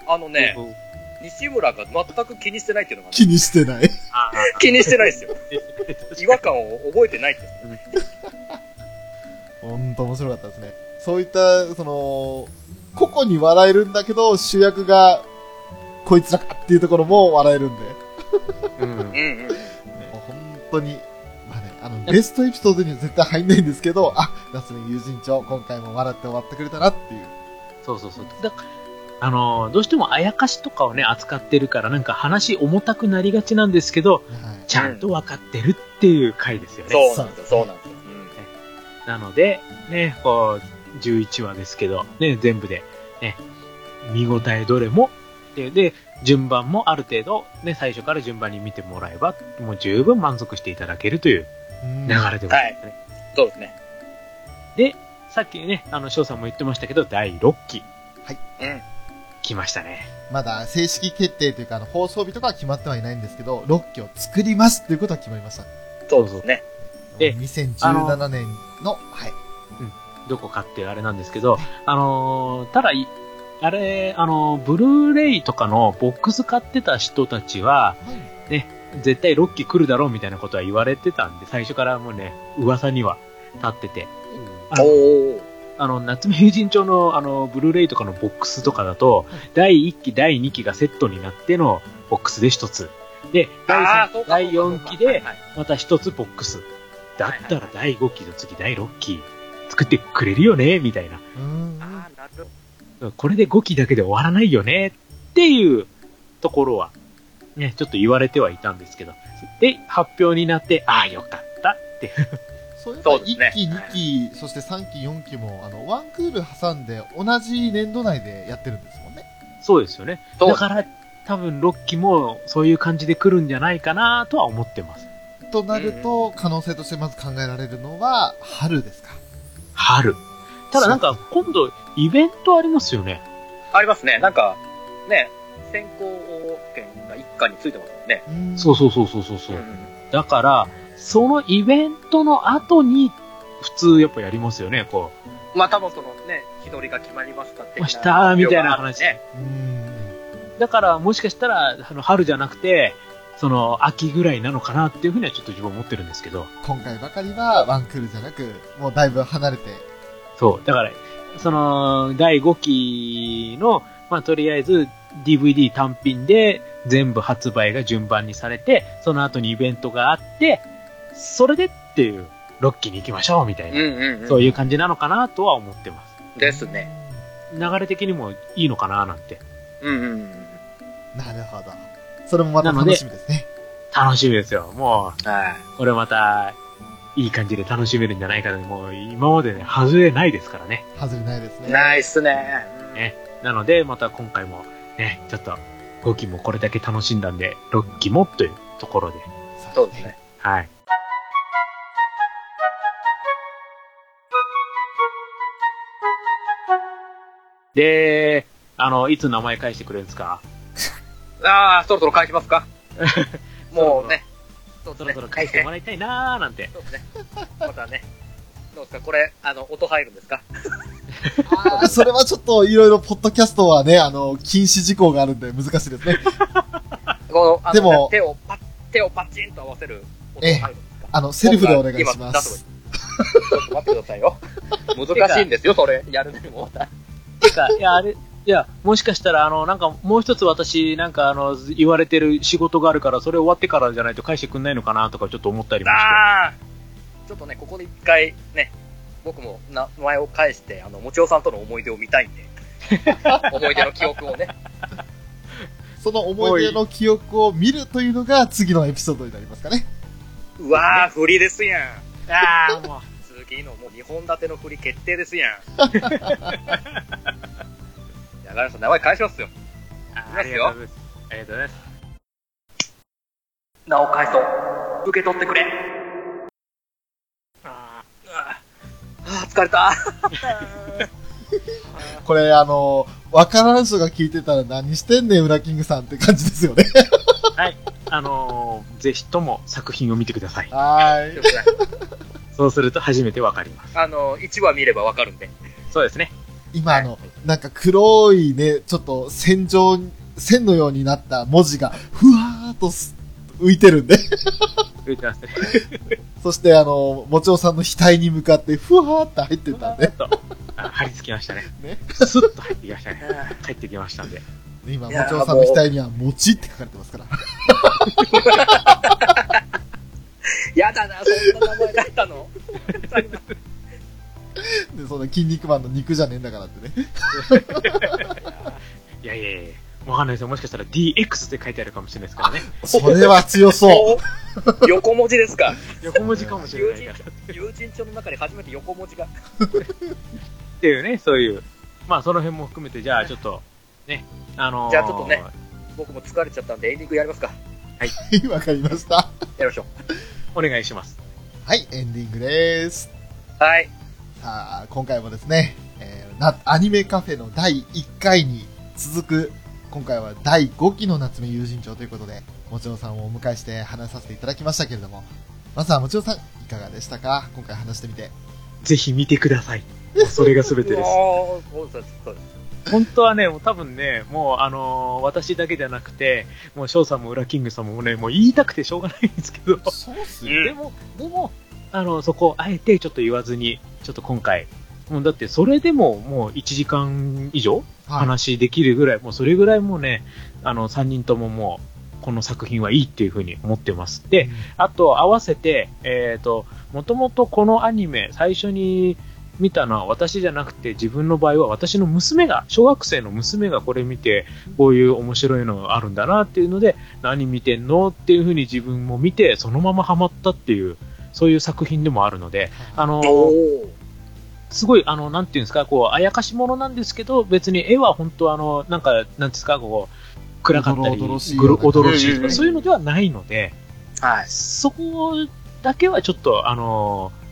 Speaker 3: あのね、西村が全く気にしてないっていうのがね、
Speaker 2: 気にしてない。
Speaker 4: ああ
Speaker 3: 気にしてないですよ。違和感を覚えてないって。
Speaker 2: ほんと面白かったですね。そういった、その、個々に笑えるんだけど、主役が、こいつらかっていうところも笑えるんで。
Speaker 4: うん
Speaker 3: う。んうん。
Speaker 2: もう本当に、まあね、あの、ベストエピソードには絶対入んないんですけど、あ、夏目友人帳、今回も笑って終わってくれたなっていう。
Speaker 4: そうそうそう。だあのーどうしてもあやかしとかをね、扱ってるから、なんか話重たくなりがちなんですけど、
Speaker 2: はい。
Speaker 4: ちゃんと分かってるっていう回ですよね。
Speaker 3: そうなんですよ、そうなんですよ。
Speaker 4: なので、ね、こう、11話ですけど、ね、全部で、ね、見応えどれも、で、で、順番もある程度、ね、最初から順番に見てもらえば、もう十分満足していただけるという
Speaker 2: うん
Speaker 4: 流れでございますね。
Speaker 3: うんそうですね。
Speaker 4: さっきね、あの、翔さんも言ってましたけど、第6期、
Speaker 3: うん。
Speaker 4: 来ましたね。
Speaker 2: まだ正式決定というか、あの、放送日とかは決まってはいないんですけど、6期を作りますということは決まりました。
Speaker 3: そうですね。
Speaker 4: え
Speaker 2: 2017年の、はい。
Speaker 4: どこかっていうあれなんですけど、あのーただい、あれ、あのーブルーレイとかのボックス買ってた人たちは、絶対6期来るだろうみたいなことは言われてたんで、最初からもうね、噂には立ってて。あ
Speaker 3: お
Speaker 4: の
Speaker 3: おー。
Speaker 4: あの、夏目友人帳の、あの、ブルーレイとかのボックスとかだと、第1期、第2期がセットになってのボックスで一つ。で、
Speaker 3: あー
Speaker 4: 第
Speaker 3: そう
Speaker 4: 3
Speaker 3: か
Speaker 4: 第
Speaker 3: そう
Speaker 4: 4
Speaker 3: かは
Speaker 4: 期
Speaker 3: い
Speaker 4: で、
Speaker 3: はい
Speaker 4: また一つボックス。だったら第5期の次、第6期作ってくれるよね、みたいな。
Speaker 2: うん。
Speaker 3: あーなるほど
Speaker 4: これで5期だけで終わらないよね、っていうところは、ね、ちょっと言われてはいたんですけど。で、発表になって、ああ、よかったって。
Speaker 2: そういえば
Speaker 3: そうですね
Speaker 2: 1期、2期、そして3期、4期も、あの、ワンクール挟んで同じ年度内でやってるんですもんね。
Speaker 4: そうですよね。
Speaker 3: そう
Speaker 4: だから、多分6期もそういう感じで来るんじゃないかなとは思ってます。
Speaker 2: となると、可能性としてまず考えられるのは、春ですか。
Speaker 4: 春。ただなんか、今度、イベントありますよね。
Speaker 3: ありますね。なんか、ね、先行権が一家についてますもんね。
Speaker 2: うん
Speaker 4: そうそうそうそうそうそうう。
Speaker 3: ん
Speaker 4: だから、そのイベントの後に、普通やっぱやりますよね、こ
Speaker 3: まあ多分そのね、日取りが決まりましたって。
Speaker 4: ましたみたいな話
Speaker 3: ね。
Speaker 2: うん。
Speaker 4: う。だから、もしかしたら、あの、春じゃなくて、その、秋ぐらいなのかなっていうふうにはちょっと自分思ってるんですけど。
Speaker 2: 今回ばかりはワンクールじゃなく、もうだいぶ離れて。
Speaker 4: そう。だから、その、第5期の、まあ、とりあえず、DVD 単品で、全部発売が順番にされて、その後にイベントがあって、それでっていう、6期に行きましょう、みたいな、
Speaker 3: うんうんうん。
Speaker 4: そういう感じなのかなとは思ってます。
Speaker 3: ですね。
Speaker 4: 流れ的にもいいのかななんて。
Speaker 3: うんうんうん。
Speaker 2: なるほど。それもまた
Speaker 4: なの
Speaker 2: 楽
Speaker 4: で
Speaker 2: しみですね。
Speaker 4: 楽しみですよ。も
Speaker 3: は
Speaker 4: う、これまた、いい感じで楽しめるんじゃないかな。もう、今までね、外れないですからね。
Speaker 2: 外れないですね。
Speaker 3: い。ないっすね。
Speaker 4: ねなので、また今回も、ね、ちょっと、5期もこれだけ楽しんだんで、6期もというところで、
Speaker 3: そうですね。
Speaker 4: はい。で、あの、いつ名前返してくれるんですか
Speaker 3: ああ、そろそろ返しますか。もうね。そう
Speaker 4: そ
Speaker 3: です
Speaker 4: ろそ
Speaker 3: ね
Speaker 4: ろ返してもらいたいなーなんて。
Speaker 3: そうですね。またね。どうですかこれ、あの、音入るんですか
Speaker 2: あーそれはちょっといろいろ、ポッドキャストはね、あの、禁止事項があるんで難しいですね。
Speaker 3: この、あの
Speaker 2: でも
Speaker 3: 手をパッ、手をパチンと合わせる音
Speaker 2: ええ
Speaker 3: 入るんですか
Speaker 2: あの、セルフでお願いします。
Speaker 3: ちょっと待ってくださいよ。難しいんですよ、それ。やるのにも。
Speaker 4: てか、いや、あれ、いや、もしかしたら、あの、なんか、もう一つ私、なんか、あの、言われてる仕事があるから、それ終わってからじゃないと返してくんないのかなとか、ちょっと思ったりもして。
Speaker 3: ああちょっとね、ここで一回ね、僕も名前を返して、あの、もちおさんとの思い出を見たいんで、 思い出の記憶をね、
Speaker 2: その思い出の記憶を見るというのが次のエピソードになりますかね。
Speaker 3: うわー、振りですやん。
Speaker 4: ああ、もう。
Speaker 3: 次のもう2本立ての振り決定で すやん。やがらさん、名前返しますよ。
Speaker 4: ありがとうございます。ありがとうございます。
Speaker 3: 名を返そう。受け取ってくれ。あーあー、疲れた。
Speaker 2: これ、あの、わからん人が聞いてたら何してんねん、ウラキングさんって感じですよね。
Speaker 4: あのー、ぜひとも作品を見てください。
Speaker 2: はーい。
Speaker 4: そうすると初めてわかります。
Speaker 3: あの、1話見ればわかるんで。
Speaker 4: そうですね。
Speaker 2: 今あの、なんか黒いね、ちょっと線状、線のようになった文字が、ふわーっとす浮いてるんで。
Speaker 4: 言ってますね。
Speaker 2: そしてあの、もちおさんの額に向かって、ふわーって入ってたん
Speaker 4: ちょ
Speaker 2: で
Speaker 4: っ。と、あ貼り付きましたね。
Speaker 2: ね
Speaker 4: スッと入ってきましたね。入ってきましたんで。
Speaker 2: 今、
Speaker 3: い
Speaker 2: も
Speaker 3: や
Speaker 2: ちおさんの額には、もちって書かれてます から。
Speaker 3: やだな、そんな名前だったの。
Speaker 2: で、その筋肉マンの肉じゃねえんだからってね。
Speaker 4: いやいやいやわかんないですよ。もしかしたら DX って書いてあるかもしれないですからね。
Speaker 2: それは強そう。
Speaker 3: う。 横文字ですか。
Speaker 4: 横文字かもしれ
Speaker 3: 友
Speaker 4: ない
Speaker 3: 人
Speaker 4: から。
Speaker 3: 帳
Speaker 4: っ
Speaker 3: 友人帳の中で初めて横文字が。
Speaker 4: ていうね、そういう。まあ、その辺も含めて、じゃあちょっと、ね、あのー
Speaker 3: じゃあちょっとね僕も疲れちゃったんでエンディングやりますか。
Speaker 2: い、 わかりました。
Speaker 3: やりましょ
Speaker 4: お願いします。
Speaker 2: はい、エンディングです。
Speaker 3: う。はい。
Speaker 2: さあ、今回もですね、えーな、アニメカフェの第1回に続く、今回は第5期の夏目友人帳ということで、もちろんさんをお迎えして話させていただきましたけれども、まずはもちろんさん、いかがでしたか今回話してみて。
Speaker 4: ぜひ見てください。それが全て
Speaker 3: う
Speaker 4: で
Speaker 3: わ
Speaker 4: す。
Speaker 3: ーそうですそうです
Speaker 4: 本当はね、もう多分ね、もうあのー私だけじゃなくて、もう翔さんも裏キングさんもね、もう言いたくてしょうがないんですけど、
Speaker 2: そうっす
Speaker 3: ようん
Speaker 4: でも、でも、あの、そこ、あえてちょっと言わずに、ちょっと今回、もうだってそれでももう1時間以上
Speaker 2: はい。
Speaker 4: 話できるぐらい、もうそれぐらいもうね、あの、3人とももう、この作品はいいっていうふうに思ってます。で、あと合わせて、えっ、と、もともとこのアニメ、最初に見たのは私じゃなくて、自分の場合は私の娘が、小学生の娘がこれ見て、こういう面白いのがあるんだなっていうので、何見てんのっていうふうに自分も見て、そのままハマったっていう、そういう作品でもあるので、あの
Speaker 3: おー
Speaker 4: すごい、あの、なんていうんですか、こう、あやかし者なんですけど、別に絵は本当あの、なんか、なんていうんですか、こう、暗かったり、
Speaker 2: おどろおどろしい
Speaker 4: ぐるおどろしいと
Speaker 3: うんうんう
Speaker 4: か、
Speaker 3: ん
Speaker 4: そういうのではないので、
Speaker 3: はい。
Speaker 4: そこだけはちょっと、あのー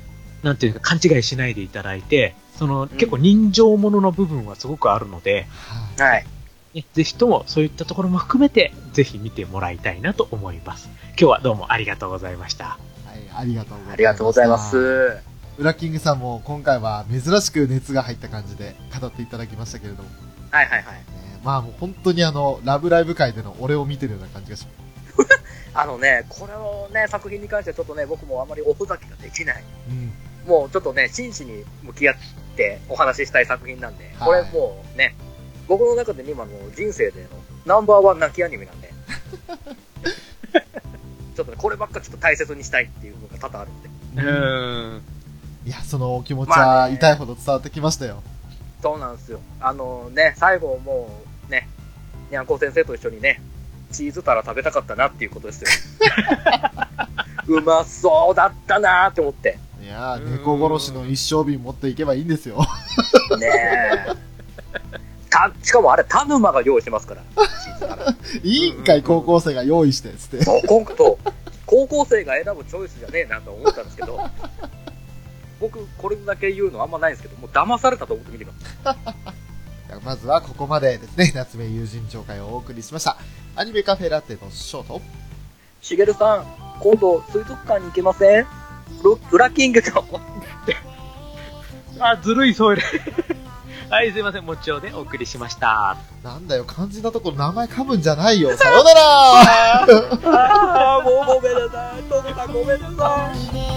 Speaker 4: なんていうか、勘違いしないでいただいて、その、結構人情ものの部分はすごくあるので、
Speaker 2: はい
Speaker 3: はい。
Speaker 4: ねぜひともそういったところも含めて、ぜひ見てもらいたいなと思います。今日はどうもありがとうございました。
Speaker 2: はい、ありがとうございます。
Speaker 3: ありがとうございます。
Speaker 2: ウラキングさんも今回は珍しく熱が入った感じで語っていただきましたけれども、ね、
Speaker 3: はいはいはい。
Speaker 2: まあもう本当にあの、ラブライブ界での俺を見てるような感じがしま
Speaker 3: あのね、これをね、作品に関してはちょっとね、僕もあまりおふざけができない。
Speaker 2: す。うん。
Speaker 3: もうちょっとね、真摯に向き合ってお話ししたい作品なんで、
Speaker 2: はい
Speaker 3: これもうね、僕の中での今の人生でのナンバーワン泣きアニメなん で、ちょっとね、こればっかちょっと大切にしたいっていうのが多々あるんで、
Speaker 4: うん。
Speaker 2: いや、そのお気持ち
Speaker 3: まあ
Speaker 2: は
Speaker 3: ね
Speaker 2: 痛いほど伝わってきましたよ。
Speaker 3: そうなんですよ。あのね、最後もうね、にゃんこ先生と一緒にね、チーズタラ食べたかったなっていうこと ですよ。うまそうだったなーって思って。
Speaker 2: いや
Speaker 4: う
Speaker 2: ー、
Speaker 4: ん
Speaker 2: 猫殺しの一生瓶持っていけばいいんですよ。
Speaker 3: ねえ。た、しかもあれ、田沼が用意してますから。
Speaker 2: いいんかい、高校生が用意して、つって。
Speaker 3: そう今回そう高校生が選ぶチョイスじゃねえなと思ったんですけど、僕、これだけ言うのあんまないんですけど、もう騙されたと思って見てます。
Speaker 2: まずはここまでですね、夏目友人紹介をお送りしました。アニメカフェラテのショート。
Speaker 3: しげるさん、今度、水族館に行けませんロブラッキングと。
Speaker 4: あ、ずるい、そういう。 はい、すいません、もちおでお送りしました。
Speaker 2: なんだよ、肝心なところ名前噛むんじゃない よ。さようなら
Speaker 3: ああ、もうごめんなさい。ともさんごめんなさい。
Speaker 1: いで